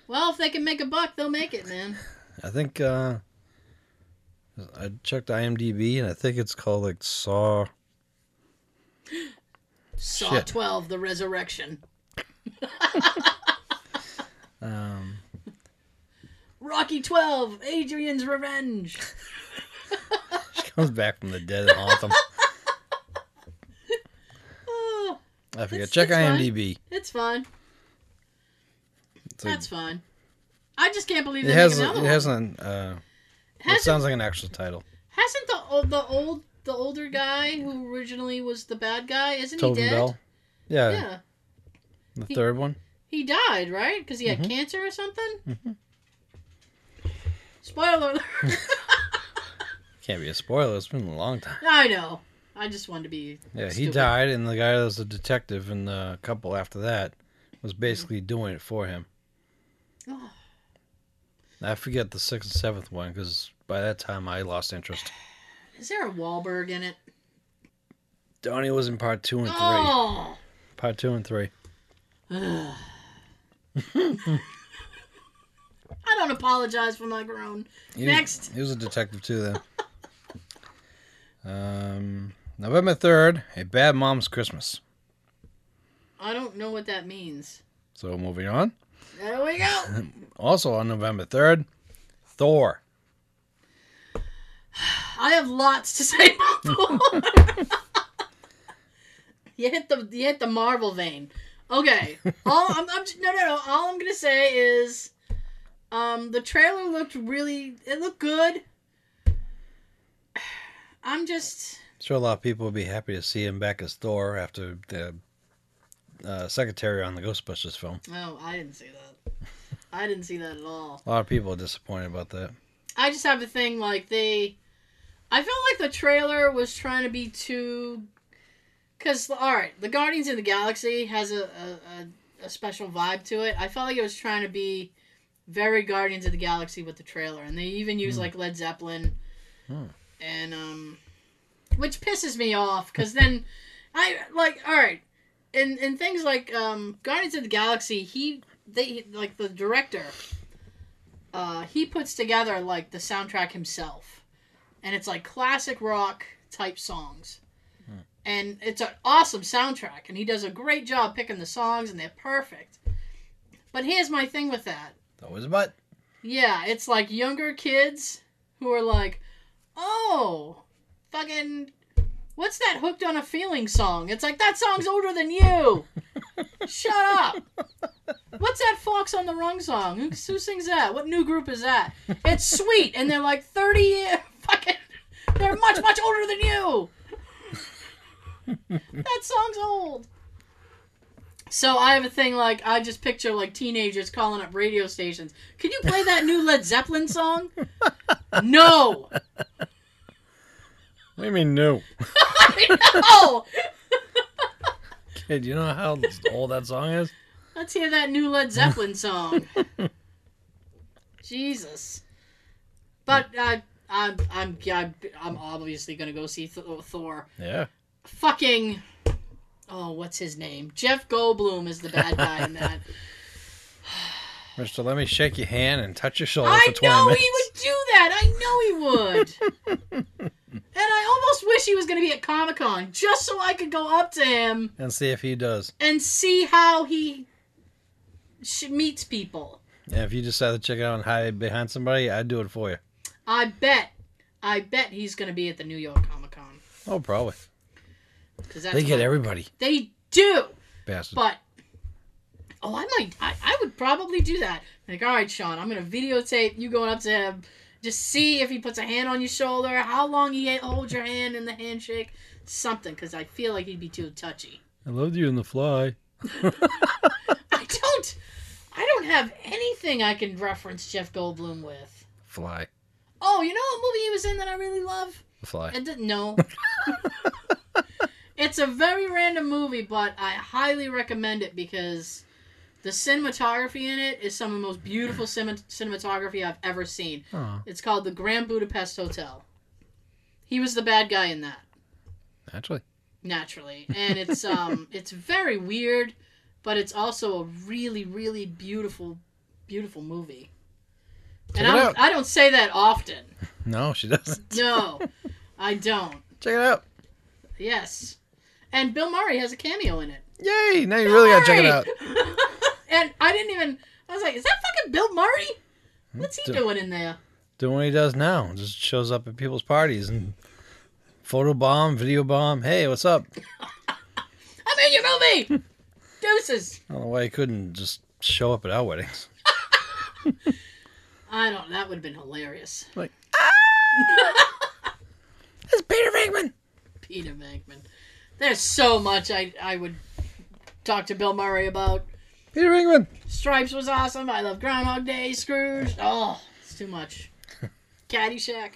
Well, if they can make a buck, they'll make it, man. I think uh, I checked IMDb and I think it's called like Saw. (laughs) Saw Shit. 12, The Resurrection. (laughs) Um, Rocky 12, Adrian's Revenge. she comes back from the dead and haunts them. Oh, I forget. That's- Check that's fine. IMDb. it's fine. It's like- That's fine. I just can't believe it they has. make a- another It one. has an. Uh, it Hasn't, sounds like an actual title. hasn't the old the old the older guy who originally was the bad guy isn't Tobin he dead? Bell. Yeah, Yeah, the He- third one. he died right because he had Mhm. cancer or something. Mm-hmm. Spoiler alert! (laughs) Can't be a spoiler. It's been a long time. I know. I just wanted to be. Yeah, he stupid. died, and the guy that was the detective and the couple after that was basically doing it for him. Oh. I forget the sixth and seventh one because by that time I lost interest. Is there a Wahlberg in it? Donnie was in part two and three. Oh. Part two and three. (sighs) I don't apologize for my groan. He Next. Was, he was a detective too then. (laughs) um, November third, a bad mom's Christmas. I don't know what that means. So moving on. There we (laughs) go. Also on November third, Thor. I have lots to (laughs) say about Thor. you hit the you hit the Marvel vein. Okay. All I'm, I'm just, no no no. All I'm gonna say is, um, the trailer looked really it looked good. (sighs) I'm just Sure, a lot of people would be happy to see him back as Thor after the uh, secretary on the Ghostbusters film. oh I didn't see that. I didn't see that at all. A lot of people are disappointed about that. I just have a thing like they. I felt like the trailer was trying to be too. Because, alright, The Guardians of the Galaxy has a, a, a, a special vibe to it. I felt like it was trying to be very Guardians of the Galaxy with the trailer. And they even use, like, Led Zeppelin. Hmm. And, um. which pisses me off because then I like all right, and and things like um, Guardians of the Galaxy. He they like the director. Uh, he puts together like the soundtrack himself, and it's like classic rock type songs, and it's an awesome soundtrack. And he does a great job picking the songs, and they're perfect. But here's my thing with that. Always a butt. Yeah, it's like younger kids who are like, oh, fucking, what's that hooked on a feeling song? It's like, that song's older than you. Shut up. What's that Fox on the Rung song? Who, who sings that? What new group is that? It's sweet, and they're like 30 year (laughs) fucking, they're much, much older than you. that song's old. So I have a thing like I just picture like teenagers calling up radio stations. Can you play that new Led Zeppelin song? no, (laughs) What do you mean new? no. Kid, you know how old that song is? Let's hear that new Led Zeppelin song. Jesus. But I, I'm, I'm, I'm, I'm obviously gonna go see Th- Thor. Yeah. Fucking. Oh, what's his name? Jeff Goldblum is the bad guy in that. Mister, let me shake your hand and touch your shoulder I for 20 know minutes. he would do that. I know he would. and (laughs) I almost wish he was going to be at Comic Con just so I could go up to him And see if he does. and see how he sh- meets people. Yeah, if you decide to check it out and hide behind somebody, I'd do it for you. I bet, I bet he's going to be at the New York Comic Con Oh, probably. because that's They get what- everybody, they do. bastards. But oh, I might. I, I would probably do that. Like, all right, Sean, I'm gonna videotape you going up to him. Just see if he puts a hand on your shoulder, how long he holds your hand in the handshake, something. Because I feel like he'd be too touchy. I loved you in the fly. I don't. I don't have anything I can reference Jeff Goldblum with. Fly. Oh, you know what movie he was in that I really love? The fly. It didn't know. it's a very random movie, but I highly recommend it because the cinematography in it is some of the most beautiful cin- cinematography I've ever seen. Oh, It's called The Grand Budapest Hotel. He was the bad guy in that, naturally. naturally, and (laughs) it's um it's very weird, but it's also a really really beautiful beautiful movie. Check And it I out. don't, I don't say that often. No, she (laughs) doesn't. No, I don't. Check it out. Yes. And Bill Murray has a cameo in it. Yay! Now you really gotta check it (laughs) out. and I didn't even I was like, is that fucking Bill Murray? What's he Do- doing in there? Doing what he does now. Just shows up at people's parties and photo bomb, video bomb. Hey, what's up? I I'm in your movie. Deuces. don't know why he couldn't just show up at our weddings. I don't that would have been hilarious. (laughs) Like, ah! It's Peter Venkman. Peter Venkman. There's so much I I would talk to Bill Murray about. Peter Venkman. Stripes was awesome. I love Groundhog Day, Scrooge. Oh, it's too (laughs) much. Caddyshack.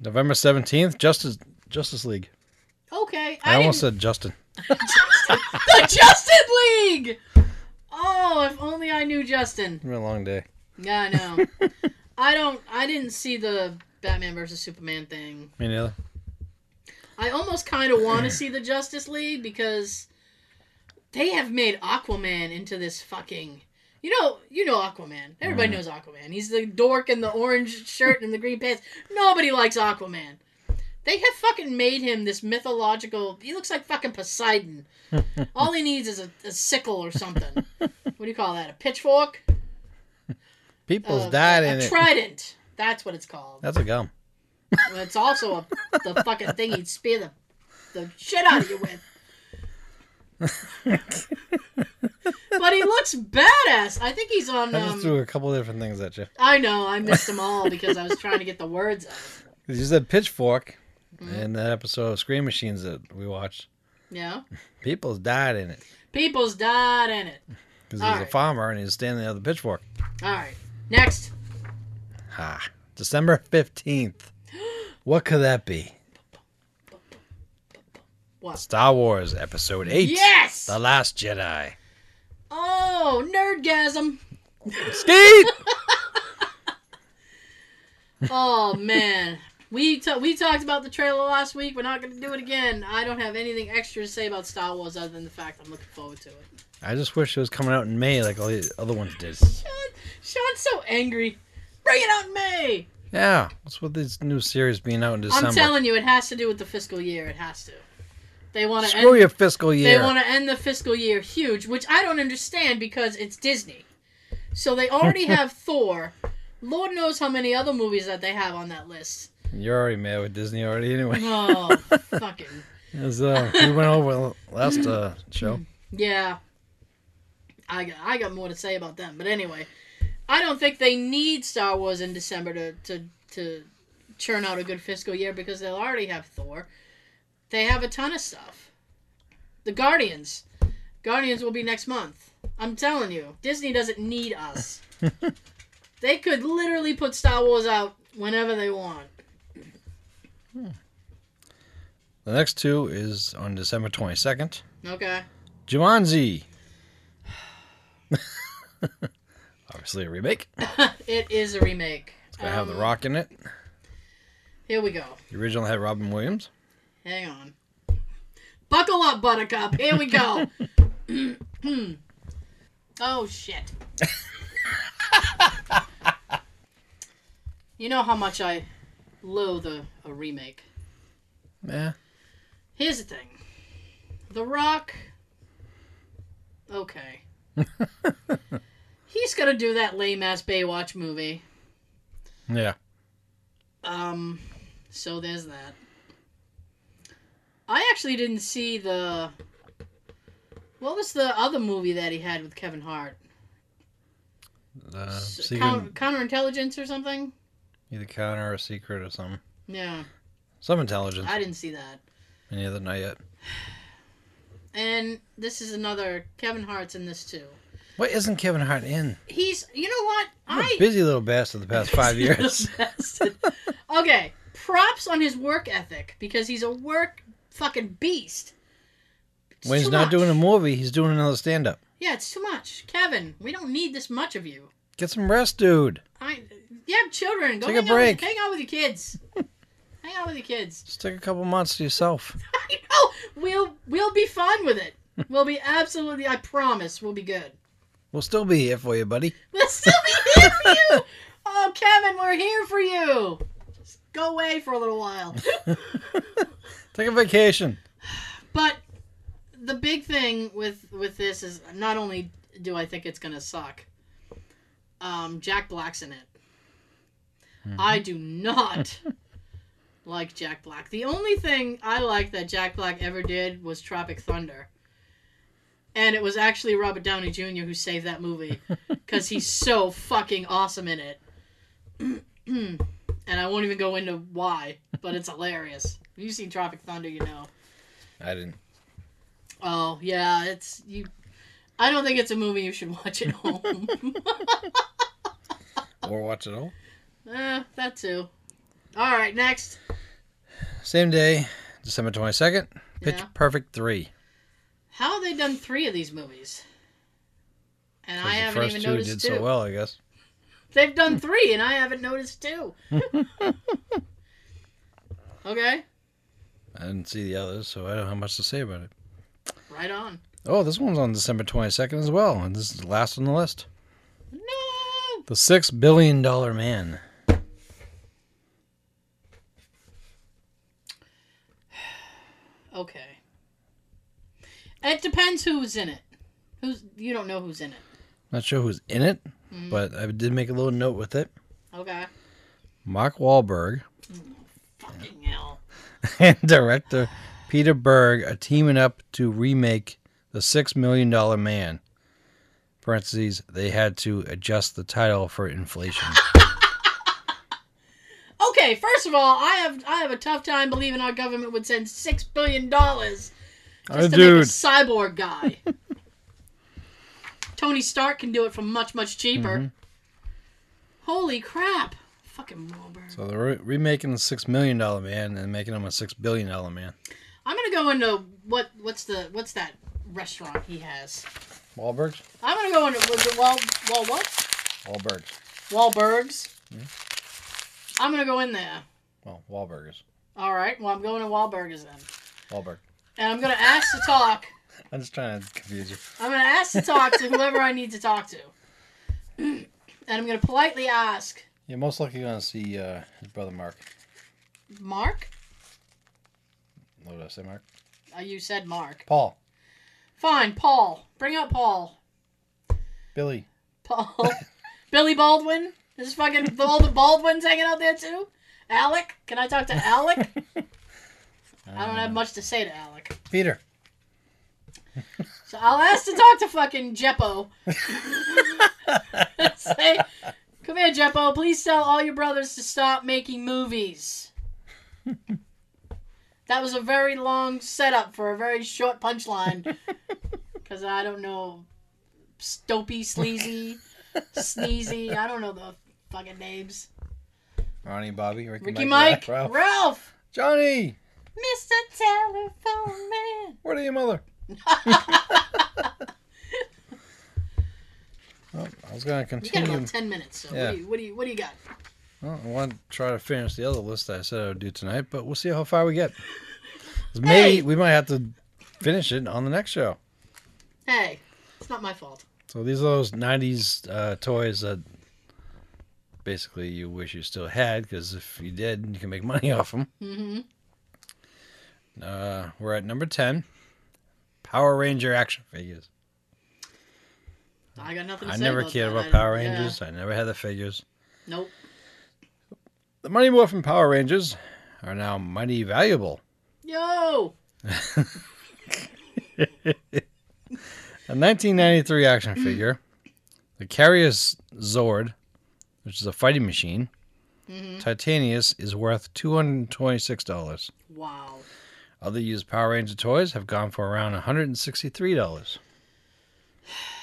November 17th, Justice Justice League. Okay. I, almost didn't- said Justin. the Justin League. Oh, if only I knew Justin. It's been a long day. Yeah, I know. I don't. I didn't see the Batman versus Superman thing. Me neither. I almost kind of want to see the Justice League because they have made Aquaman into this fucking. You know, you know Aquaman. Everybody knows Aquaman. He's the dork in the orange shirt and the green pants. Nobody likes Aquaman. They have fucking made him this mythological. He looks like fucking Poseidon. All he needs is a, a sickle or something. What do you call that? A pitchfork? People's Uh, died a in it. trident. That's what it's called. That's a gum. Well, it's also a, the fucking thing he'd spear the, the shit out of you with. but he looks badass. I think he's on. I just Um, threw a couple different things at you. I know I missed them all because I was trying to get the words out. 'Cause You said pitchfork Mm-hmm. in that episode of Scream Machines that we watched. Yeah, People's died in it people's died in it. because he All was a right. farmer and he was standing there with a pitchfork. All right, next. Ha. December 15th. (gasps) What could that be? What? Star Wars Episode 8. Yes. The Last Jedi. Oh, nerdgasm. Skeet! Oh man, We ta- we talked about the trailer last week. We're not going to do it again. I don't have anything extra to say about Star Wars other than the fact I'm looking forward to it. I just wish it was coming out in May like all the other ones did. Sean, Sean's so angry. Bring it out in May. Yeah, that's what this new series being out in December. I'm telling you, it has to do with the fiscal year. It has to. They want to Screw end. your fiscal year. They want to end the fiscal year huge, which I don't understand because it's Disney. So they (laughs) already have Thor. Lord knows how many other movies that they have on that (laughs) list. You're already mad with Disney already anyway. Oh, fucking As, uh, we went over last uh, show. yeah. I got I got more to say about them, but anyway, I don't think they need Star Wars in December to to to churn out a good fiscal year because they'll already have Thor. They have a ton of stuff. The Guardians, Guardians will be next month. I'm telling you, Disney doesn't need (laughs) us. they could literally put Star Wars out whenever they want. The next two is on December 22nd. Okay. (laughs) Jumanji. (sighs) Obviously a remake. It is a remake. It's gonna have The Um, Rock in it. Here we go. The original had Robin Williams. Hang on. Buckle up, Buttercup. Here we go. oh, shit. you know how much I loathe a, a remake. Yeah. Here's the thing The Rock. Okay. He's going to do that lame ass Baywatch movie. Yeah. Um, so there's that. I actually didn't see the. What was the other movie that he had with Kevin Hart? The S- secret, coun- counterintelligence or something? either counter or secret or something. Yeah, Some intelligence. I didn't see that. Any other night yet? And this is another Kevin Hart's in this too. What isn't Kevin Hart in? He's, you know what? I'm a I busy little bastard the (laughs) past five years. (laughs) okay, props on his work ethic because he's a work fucking beast. It's When he's too not much. doing a movie, he's doing another stand up. Yeah, it's too much, Kevin. We don't need this much of you. Get some rest, dude. I you have children. Go Take a hang out with- break. hang out with your (laughs) kids. hang out with your kids. (laughs) Just take a couple months to yourself. I know. We'll we'll be fine with it. We'll be absolutely. I promise. We'll be good. We'll still be here for you, buddy. We'll still be here for (laughs) you. Oh, Kevin, we're here for you. Just go away for a little while. Take a vacation. But the big thing with with this is not only do I think it's gonna suck. Um, Jack Black's in it. I do not like Jack Black. The only thing I liked that Jack Black ever did was Tropic Thunder. And it was actually Robert Downey Jr. who saved that movie because he's so fucking awesome in it. (clears throat) and I won't even go into why, but it's hilarious. If you've seen Tropic Thunder, you know. I didn't. Oh yeah, it's you. I don't think it's a movie you should watch at (laughs) home. (laughs) Or watch it all. eh, that too. All right, next. Same day, December 22nd, Pitch Yeah. Perfect 3. How have they done three of these movies? And I Because the haven't first even two noticed did two. so well, I guess. They've (laughs) done three, and I haven't noticed two. okay, I didn't see the others, so I don't have much to say about it. right on. Oh, this one's on December 22nd as well, and this is the last on the list. No. The Six Billion Dollar Man. Okay. It depends who's in it. Who's you don't know who's in it. Not sure who's in it, Hmm. but I did make a little note with it. Okay. Mark Wahlberg Fucking hell. and (laughs) director Peter Berg are teaming up to remake The Six Million Dollar Man. Parentheses, they had to adjust the title (laughs) for inflation. Okay, first of all, I have I have a tough time believing our government would send six billion dollars Oh, just to make a cyborg guy. Tony Stark can do it for much much cheaper. Holy crap! Fucking Wahlberg. So they're re- remaking the Six Million Dollar Man and making him a Six Billion Dollar Man. I'm gonna go into what what's the what's that restaurant he has? Wahlberg's? I'm gonna go into was it Wal Wal what Wahlberg's. Wahlberg's. I'm gonna go in there Well, Wahlburgers. All right. Well, I'm going to Wahlburgers then, Wahlberg. and I'm gonna ask to talk. I'm just trying to confuse you. I'm gonna ask to talk to whoever I need to talk to, (clears throat) and I'm gonna politely ask You're most likely going to see uh, his brother Mark. Mark. What did I say, Mark? Uh, you said Mark. Paul. Fine, Paul. Bring up Paul. Billy. Paul. Billy Baldwin. Is fucking Bald- Baldwin's hanging out there too? Alec. Can I talk to Alec? I don't have much to say to Alec. Uh, Peter. So I'll ask to talk to fucking (laughs) Jeppo. (laughs) Say, come here, Jeppo. Please tell all your brothers to stop making (laughs) movies. that was a very long setup for a very short (laughs) punchline. Because I don't know. Stopey, sleazy, sneezy. I don't know the fucking names. Ronnie, Bobby, Ricky, Ricky Mike, Mike, Ralph. Ralph. Johnny, Mr. Telephone Man. where are your mother? (laughs) Well, I was going to You got continue. about 10 minutes, so Yeah. what, do you, what, do you, what do you got? Well, I want to try to finish the other list I said I would do tonight, but we'll see how (laughs) far we get. 'Cause Maybe Hey! we might have to finish it on the next show. Hey, it's not my fault. So these are those '90s uh, toys that basically you wish you still had, because if you did, you can make (laughs) money off them. Mm-hmm. Uh, we're at number ten, Power Ranger action figures. I got nothing to I say never about cared that. about I- Power yeah. Rangers. I never had the figures. Nope. The Mighty Morphin Power Rangers are now mighty valuable. Yo! A 1993 action figure, the Carius Zord, which is a fighting machine, Mm-hmm. Mhm. Titanius is worth $226. Wow. Other used Power Ranger toys have gone for around $163.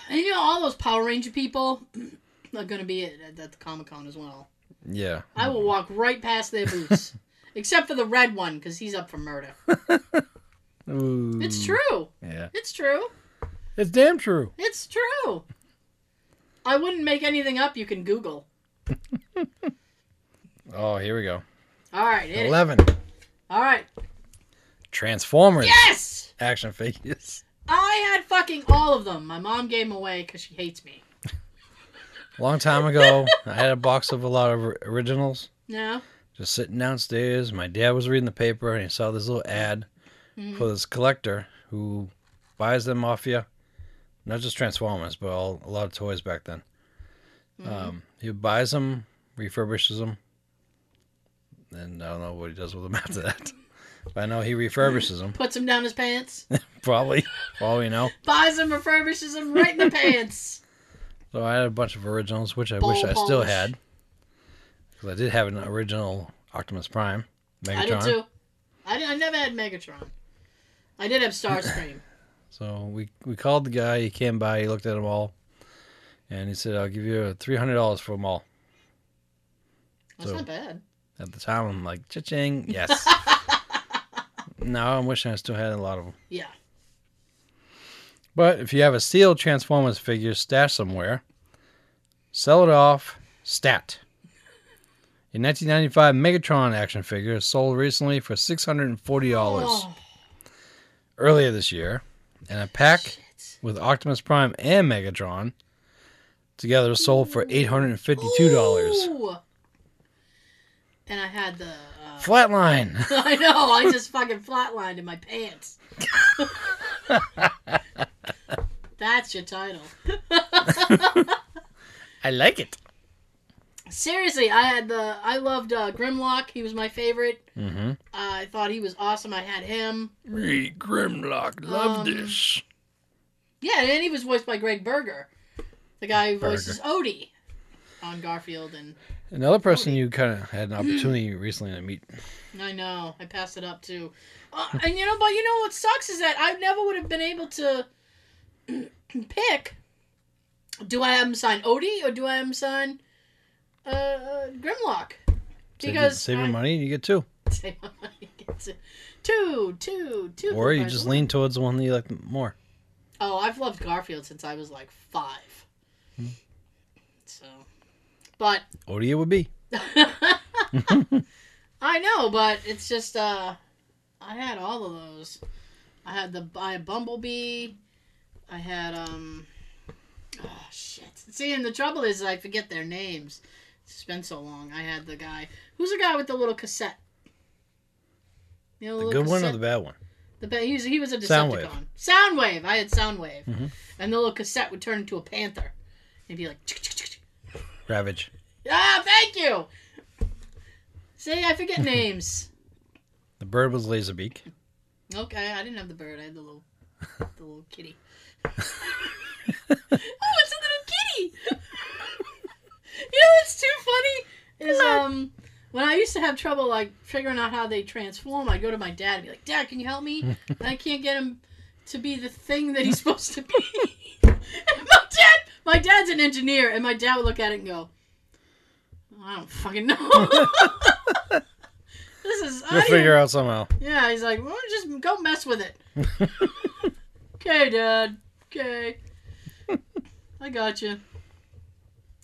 And you know, all those Power Ranger people (clears throat) are going to be at, at the Comic Con as well. Yeah. I will walk right past their (laughs) booths. Except for the red one, because he's up for murder. Ooh. It's true. Yeah. It's true. It's damn true. It's true. I wouldn't make anything up you can Google. Oh, here we go. All right. hit it. 11. All right. Transformers Yes! action figures. I had fucking all of them. My mom gave them away because she hates me. Long time ago, I had a box of a lot of originals. No? just sitting downstairs. My dad was reading the paper and he saw this little ad Mm-hmm. for this collector who buys them off you, not just Transformers, but all, a lot of toys back then. Mm-hmm. Um, he buys them, refurbishes them, and I don't know what he does with them (laughs) after that. but I know he refurbishes them, Puts him down his pants. (laughs) probably, for all we know. Buys him, refurbishes him right in the pants. So I had a bunch of originals, which I Ball wish I still polish. had, because I did have an original Optimus Prime. Megatron. I did too. I, did, I never had Megatron. I did have (clears throat) Starscream. So we we called the guy. He came by. He looked at them all, and he said, "I'll give you three hundred dollars for them all." That's So- not bad. At the time, I'm like, "Cha-ching!" Yes. now I'm wishing I still had a lot of them. Yeah. But if you have a sealed Transformers figure stashed somewhere, sell it off. Stat. A 1995 Megatron action figure sold recently for $640 Oh, earlier this year, and a pack shit. with Optimus Prime and Megatron together sold for eight hundred and fifty-two dollars. Ooh. And I had the. Uh, Flatline. (laughs) I know. I just fucking flatlined in my (laughs) pants. That's your title. I like it. Seriously, I had the. I loved uh, Grimlock. He was my favorite. Mm-hmm. I thought he was awesome. I had him. Me, Grimlock, love Um, this. Yeah, and he was voiced by Greg Berger, the guy who voices Odie on Garfield. And Another person you kind of had an opportunity recently to meet. I know I passed it up too. Uh, and you know, but you know what sucks is that I never would have been able to (clears throat) pick. Do I have him sign Odie or do I have him sign uh, uh, Grimlock? Save, you, Because save I- your money, you get two. (laughs) Save my money. Get to- Two, two, two. Or you for just five. lean towards the one that you like more. Oh, I've loved Garfield since I was like five. Hmm. So, but (laughs) Odie it would be. I (laughs) I know, but it's just uh, I had all of those. I had the I had Bumblebee. I had um, oh shit. See, and the trouble is I forget their names. It's been so long. I had the guy who's the guy with the little cassette. You know, The little good one or cassette- the bad one? the ba- he was he was a Soundwave. Decepticon. Soundwave. I had Soundwave, Mhm. and and the little cassette would turn into a panther, and be like, Ravage. ah, thank you. See, I forget names. The bird was Laserbeak. (laughs) Okay, I didn't have the bird. I had the (laughs) little, the little kitty. (laughs) oh, it's a little kitty. (laughs) you know what's too funny is um when I used to have trouble like figuring out how they transform, I'd go to my dad and be like, "Dad, can you help (laughs) me? I can't get him to be the thing that he's supposed to be." (laughs) and my dad, my dad's an engineer, and my dad would look at it and go, "I don't fucking know." (laughs) this is I You'll don't even- figure out somehow. (laughs) yeah, he's like, well, just go mess with it. okay, Dad. Okay. I got you.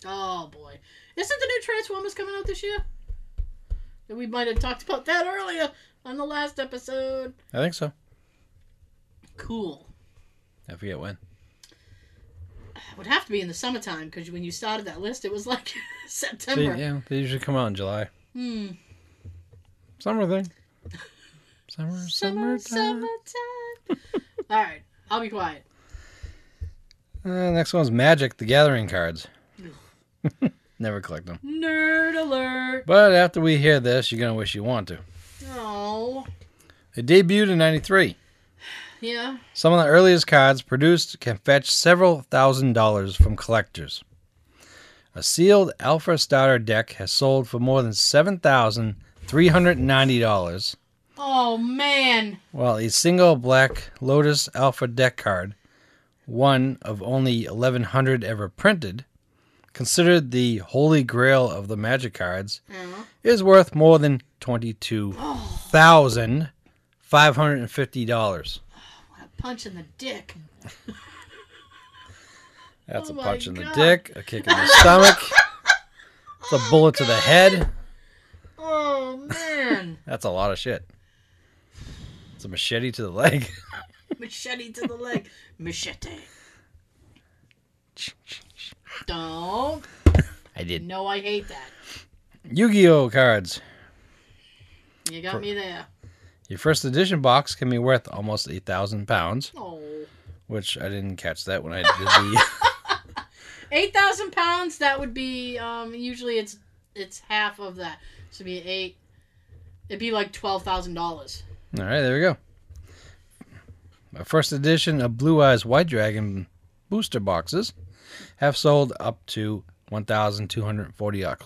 Oh boy, isn't the new Transformers coming out this year? We might have talked about that earlier on the last episode. I think so. Cool. I forget when. It would have to be in the summertime because when you started that list, it was like (laughs) They, September. yeah, they usually come out in July. Hmm. Summer thing. Summer, Summer, summer, summertime. All right, I'll be quiet. Uh, next one's Magic: The Gathering cards. (laughs) Ugh. Never collect them. Nerd alert. But after we hear this, you're gonna wish you want to. Oh, It debuted in '93. yeah. Some of the earliest cards produced can fetch several thousand dollars from collectors. A sealed Alpha Starter deck has sold for more than seven thousand three hundred ninety dollars, Oh man. while a single Black Lotus Alpha deck card, one of only eleven hundred ever printed, considered the holy grail of the Magic cards, Yeah. is worth more than twenty-two thousand five hundred and fifty dollars. A punch in the dick. That's Oh a my punch in the God. dick, a kick in the stomach, it's a bullet to the head. Oh man. That's a lot of shit. It's a machete to the leg. Machete to the leg. (laughs) Machete. Don't. I did. No, I hate that. Yu Gi Oh cards. You got me there. Your first edition box can be worth almost a thousand pounds, Oh. which I didn't catch that when I did the. (laughs) 8,000 pounds, that would be, um, usually it's it's half of that. So it'd be eight. It'd be like $12,000. All right, there we go. My first edition of Blue Eyes White Dragon booster boxes have sold up to 1,240 oc.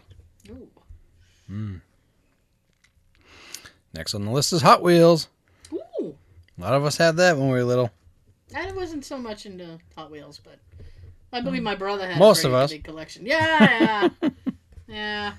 Ooh. Next on the list is Hot Wheels. Ooh. A lot of us had that when we were little. I wasn't so much into Hot Wheels, but I believe my brother had Hmm. Most a of pretty us. big collection. Yeah. (laughs) Yeah. yeah.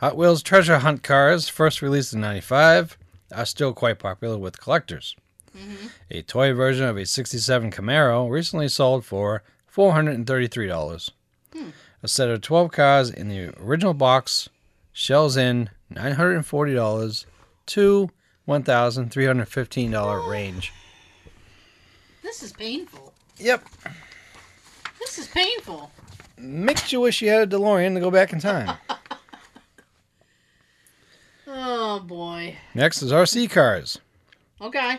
Hot Wheels Treasure Hunt cars, first released in 95, are still quite popular with collectors. Mhm. A toy version of a 67 Camaro recently sold for $433. Hmm. A set of 12 cars in the original box shells in $940 to $1,315 range. This is painful. Yep. This is painful. Makes you wish you had a DeLorean to go back in time. Oh boy. Next is RC cars. Okay.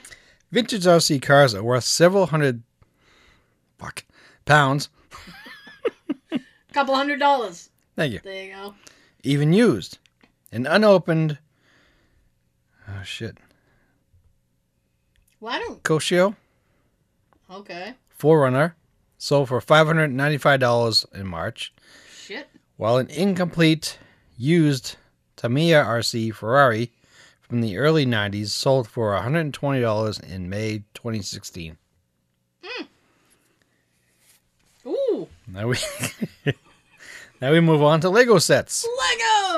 Vintage RC cars are worth several hundred fuck, pounds. Couple hundred dollars. Thank you. There you go. Even used. An unopened. Oh, shit. Well, I don't. Koshio Okay. Forerunner sold for $595 in March, Shit. while an incomplete used Tamiya RC Ferrari from the early 90s sold for $120 in May 2016. Ooh. Now we. (laughs) Now we move on to Lego sets.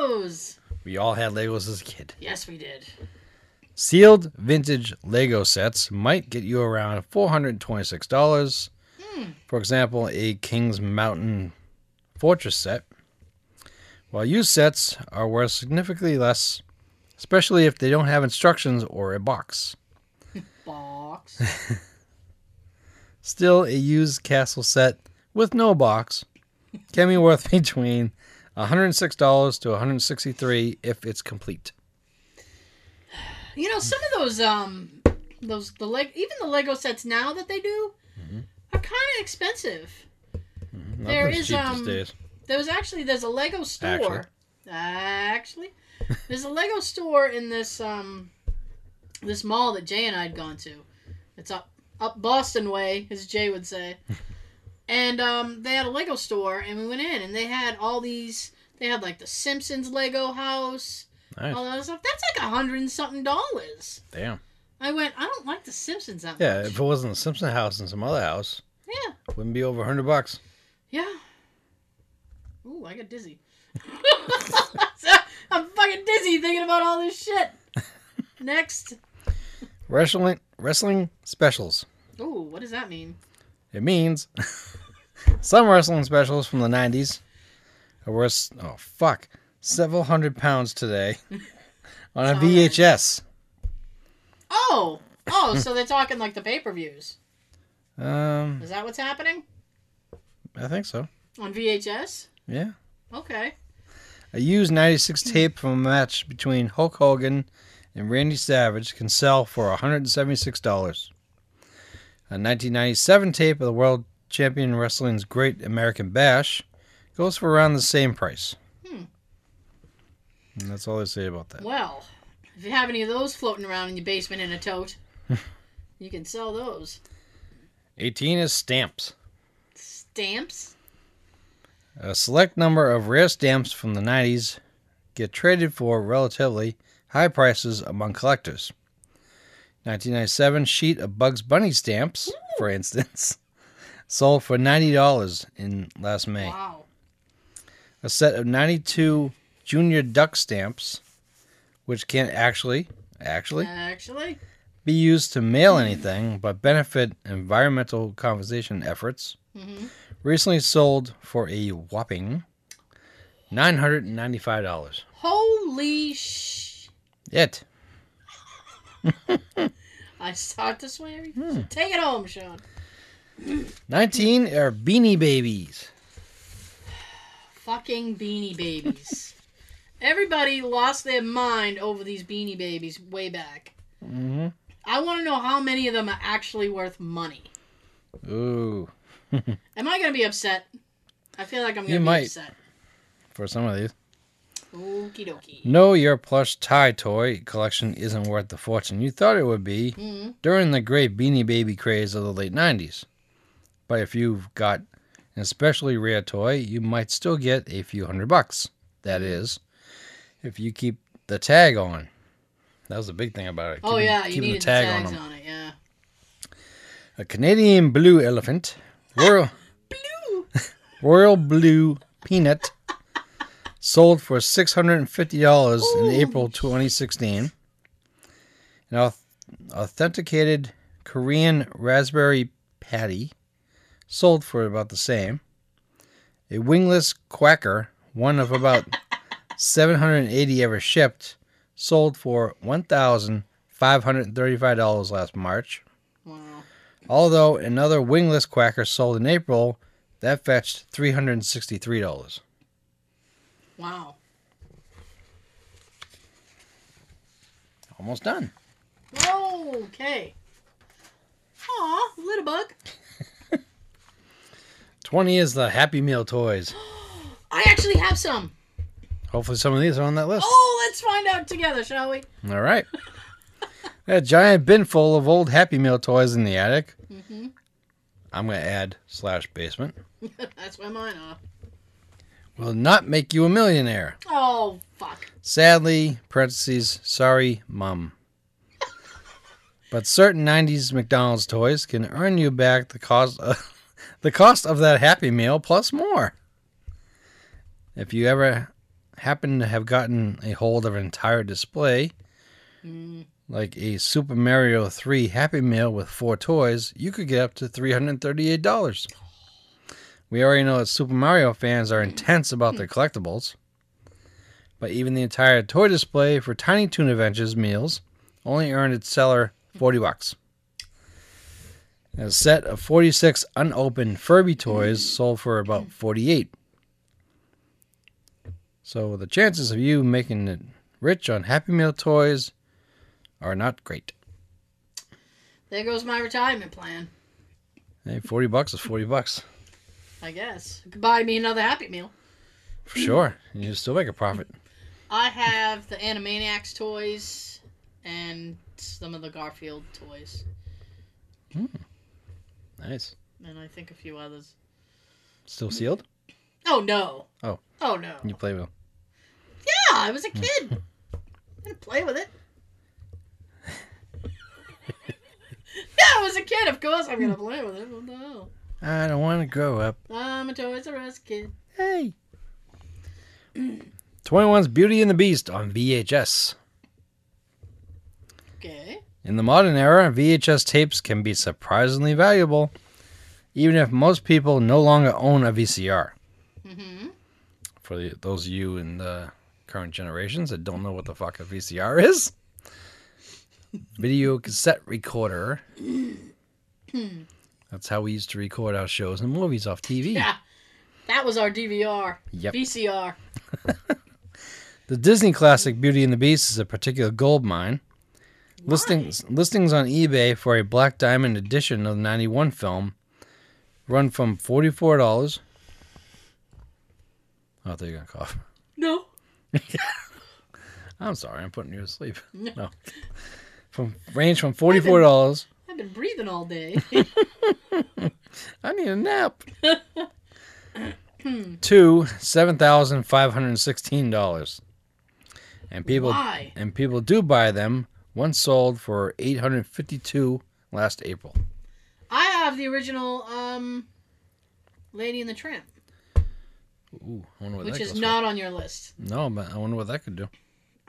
Legos. We all had Legos as a kid. Yes, we did. Sealed vintage Lego sets might get you around $426. Hmm. For example, a King's Mountain Fortress set. While used sets are worth significantly less, especially if they don't have instructions or a box. Box. Still, a used castle set with (laughs) no box can be worth between $106 to $163 if it's complete. You know, some of those um those the leg even the Lego sets now that they do are kind of expensive. There Nothing's is, cheap um, these days. There was actually there's a Lego store. Actually, there's a Lego store in this um this mall that Jay and I had gone to. It's up up Boston way, as Jay would say. and um, they had a Lego store, and we went in, and they had all these. They had like the Simpsons Lego house, all Nice. that other stuff. That's like a hundred and something dollars. Damn. I went. I don't like the Simpsons that Yeah, much. if it wasn't the Simpson house and some other house, Yeah. wouldn't be over 100 bucks. Yeah. Ooh, I got dizzy. (laughs) I'm fucking dizzy thinking about all this shit. Next. Wrestling, wrestling specials. Ooh, what does that mean? It means (laughs) some wrestling specials from the 90s are worth, oh fuck, several hundred pounds today (laughs) on a It's all right. VHS. Oh, oh, so they're talking like the pay per views. Um, Is that what's happening I think so. on VHS? Yeah. Okay. A used 96 tape from a match between Hulk Hogan and Randy Savage can sell for $176. A 1997 tape of the World Champion Wrestling's Great American Bash goes for around the same price. Hmm. And that's all they say about that. Well, if you have any of those floating around in your basement in a tote, you can sell those. 18 is stamps. Stamps. A select number of rare stamps from the 90s get traded for relatively high prices among collectors. 1997 sheet of Bugs Bunny stamps, for instance, (laughs) sold for $90 in last May. Wow. A set of 92 Junior Duck stamps, which can't actually actually Actually, be used to mail anything but benefit environmental conservation efforts, Mhm. recently sold for a whopping $995. holy sh! It. I start to swear. Take it home, Sean. 19 are Beanie Babies. Fucking beanie babies. Everybody lost their mind over these beanie babies way back. Mm-hmm. I want to know how many of them are actually worth money. Ooh, Am I going to be upset? I feel like I'm going You to be might. upset. for some of these. Okie dokie. No, your plush tie toy collection isn't worth the fortune you thought it would be Mhm. during the great Beanie Baby craze of the late 90s. But if you've got an especially rare toy, you might still get a few hundred bucks. That is, if you keep the tag on. That was the big thing about it. Oh, keeping- yeah, you keeping the needed tag the on tags them. on, it, yeah. A Canadian blue elephant, royal Blue! (laughs) royal blue peanut, sold for six hundred and fifty dollars in Ooh. April twenty sixteen. An auth- authenticated Korean raspberry patty, sold for about the same. A wingless quacker, one of about seven hundred and eighty ever shipped, sold for one thousand five hundred and thirty-five dollars last March. Wow. Although another wingless quacker sold in April, that fetched three hundred and sixty-three dollars. Wow. Almost done. Okay. Aw, little bug. Twenty is the Happy Meal toys. I actually have some. Hopefully, some of these are on that list. Oh, let's find out together, shall we? (laughs) All right. A giant bin full of old Happy Meal toys in the attic. hmm I'm gonna add slash basement. That's where mine are. Will not make you a millionaire. Oh, fuck. Sadly, parentheses, sorry, mum. But certain '90s McDonald's toys can earn you back the cost, of, (laughs) the cost of that Happy Meal plus more. If you ever happen to have gotten a hold of an entire display, Mm. like a Super Mario 3 Happy Meal with four toys, you could get up to $338. We already know that Super Mario fans are intense about their collectibles. but even the entire toy display for Tiny Toon Adventures meals only earned its seller 40 bucks. A set of 46 unopened Furby toys sold for about 48. So the chances of you making it rich on Happy Meal toys are not great. There goes my retirement plan. Hey, 40 bucks is 40 bucks. I guess. Could Buy me another Happy Meal. For sure. And you still make a profit. I have the Animaniacs toys and some of the Garfield toys, Nice. and I think a few others. Still sealed? Oh no. Oh. Oh no. You play with Yeah, I was a (laughs) kid. I didn't play with it. (laughs) yeah, I was a kid. Of course, I'm gonna play with it. What the hell? I don't want to grow up. I'm a Toys R Us kid. Hey. 21's Beauty and the Beast on VHS. Okay. In the modern era, VHS tapes can be surprisingly valuable, even if most people no longer own a VCR. Mm-hmm. For the, those of you in the current generations that don't know what the fuck a VCR is, video cassette recorder. That's how we used to record our shows and movies off TV. Yeah. That was our DVR. Yep. VCR. The Disney classic Beauty and the Beast is a particular gold mine. Listings listings on eBay for a black diamond edition of the 91 film run from $44. Oh, I thought you were going to cough. No. I'm sorry, I'm putting you to sleep. (laughs) No. No. From range from $44. I've been breathing all day. I need a (laughs) nap. to $7,516. And (laughs) people Why? and people do buy them. One sold for 852 last April. I have the original um, Lady and the Tramp, Ooh, I wonder what which that is goes not on your list. for. No, but I wonder what that could do.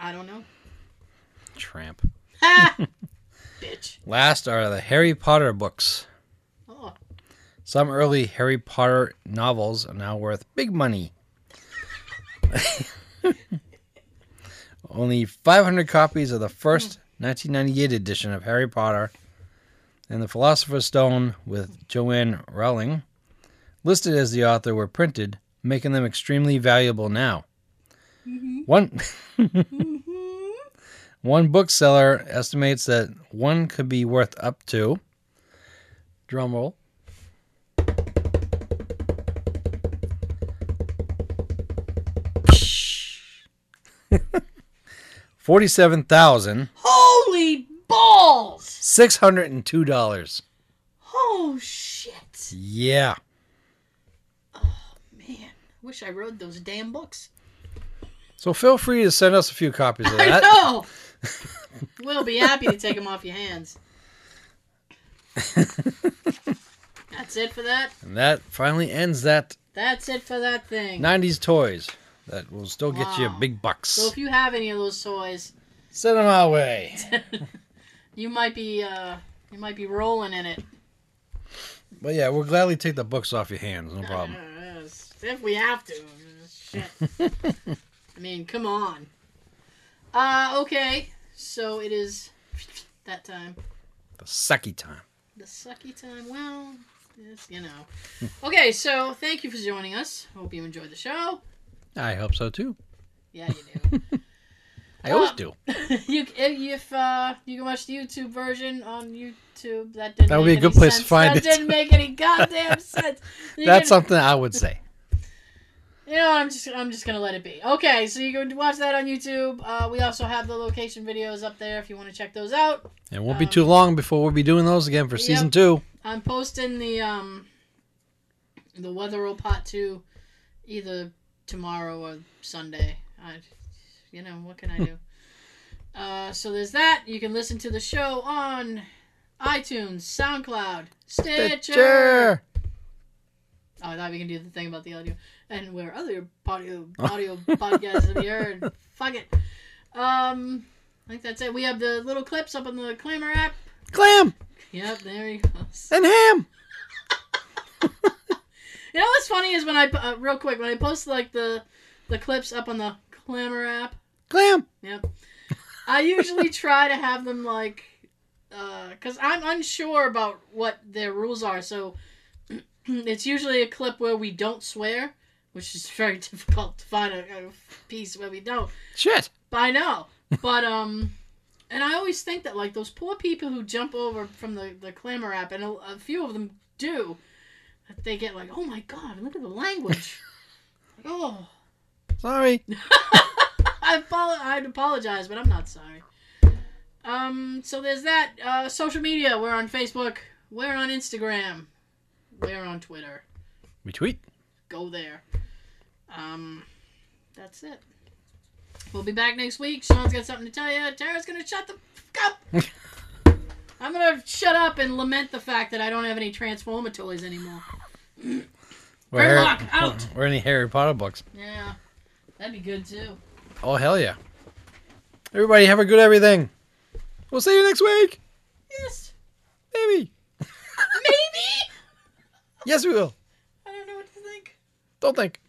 I don't know. Tramp. Ha! Bitch. Last are the Harry Potter books. Oh, Some early Harry Potter novels are now worth big money. Only 500 copies of the first 1998 edition of Harry Potter and the Philosopher's Stone with Joanne Rowling listed as the author were printed, making them extremely valuable now. One (laughs) One bookseller estimates that one could be worth up to drum roll forty-seven thousand holy balls! six hundred and two dollars. Oh shit, Yeah, man! Wish I read those damn books. so feel free to send us a few copies of (laughs) I that. know. we'll be happy to take them off your hands. That's it for that. And that finally ends that That's it for that thing. '90s toys. That will still get you Wow. big bucks. so if you have any of those toys, (laughs) Send them our way. you might be uh, you might be rolling in it. But yeah, we'll gladly take the books off your hands. No problem. Uh, if we have to. (laughs) Shit. I mean, come on. Uh, okay. So it is that time. The sucky time. The sucky time. Well, yes, you know. (laughs) Okay, so thank you for joining us. Hope you enjoyed the show. I hope so too. Yeah, you (laughs) I always Uh, do. do. (laughs) you if uh, you can watch the YouTube version on YouTube, that didn't That would make be a good any place to sense. find that it. didn't make (laughs) any goddamn sense. You That's can- something I would say. You know, I'm just I'm just gonna let it be. Okay, so you can watch that on YouTube. Uh, we also have the location videos up there if you want to check those out. It won't be Um, too long before we'll be doing those again for season Yep. two. I'm posting the um the Weatherall Part Two either tomorrow or Sunday. I, you know what can I do? uh, so there's that. You can listen to the show on iTunes, SoundCloud, Stitcher. Stitcher. Oh, I thought we can do the thing about the audio and where other audio audio podcasts have you heard. Fuck it. Um, I think that's it. We have the little clips up on the Clamor app. Clam Yep, there he goes. and ham. You know what's funny is when I uh, real quick when I post like the the clips up on the Glamour app. Glam. Yep. I usually try to have them like, because I'm unsure about what their rules are. So (clears throat) it's usually a clip where we don't swear, which is (laughs) very difficult to find a, a piece where we don't. Shit. But I know. But um, and I always think that like those poor people who jump over from the the clamor app, and a, a few of them do, that they get like, oh my god, look at the language. oh, (laughs) Sorry. I apo- I'd apologize, but I'm not sorry. Um, so there's that. Uh, social media. We're on Facebook. We're on Instagram. We're on Twitter. We tweet. Go there. Um, that's it. We'll be back next week. Sean's got something to tell you. Tara's gonna shut the fuck up. I'm gonna shut up and lament the fact that I don't have any Transformer toys anymore. We're Grimlock, (laughs) out. We're in the Harry Potter books. Yeah, that'd be good too. Oh hell yeah. Everybody have a good everything. We'll see you next week. Yes, Maybe. maybe. Yes we will. I don't know what to think. Don't think.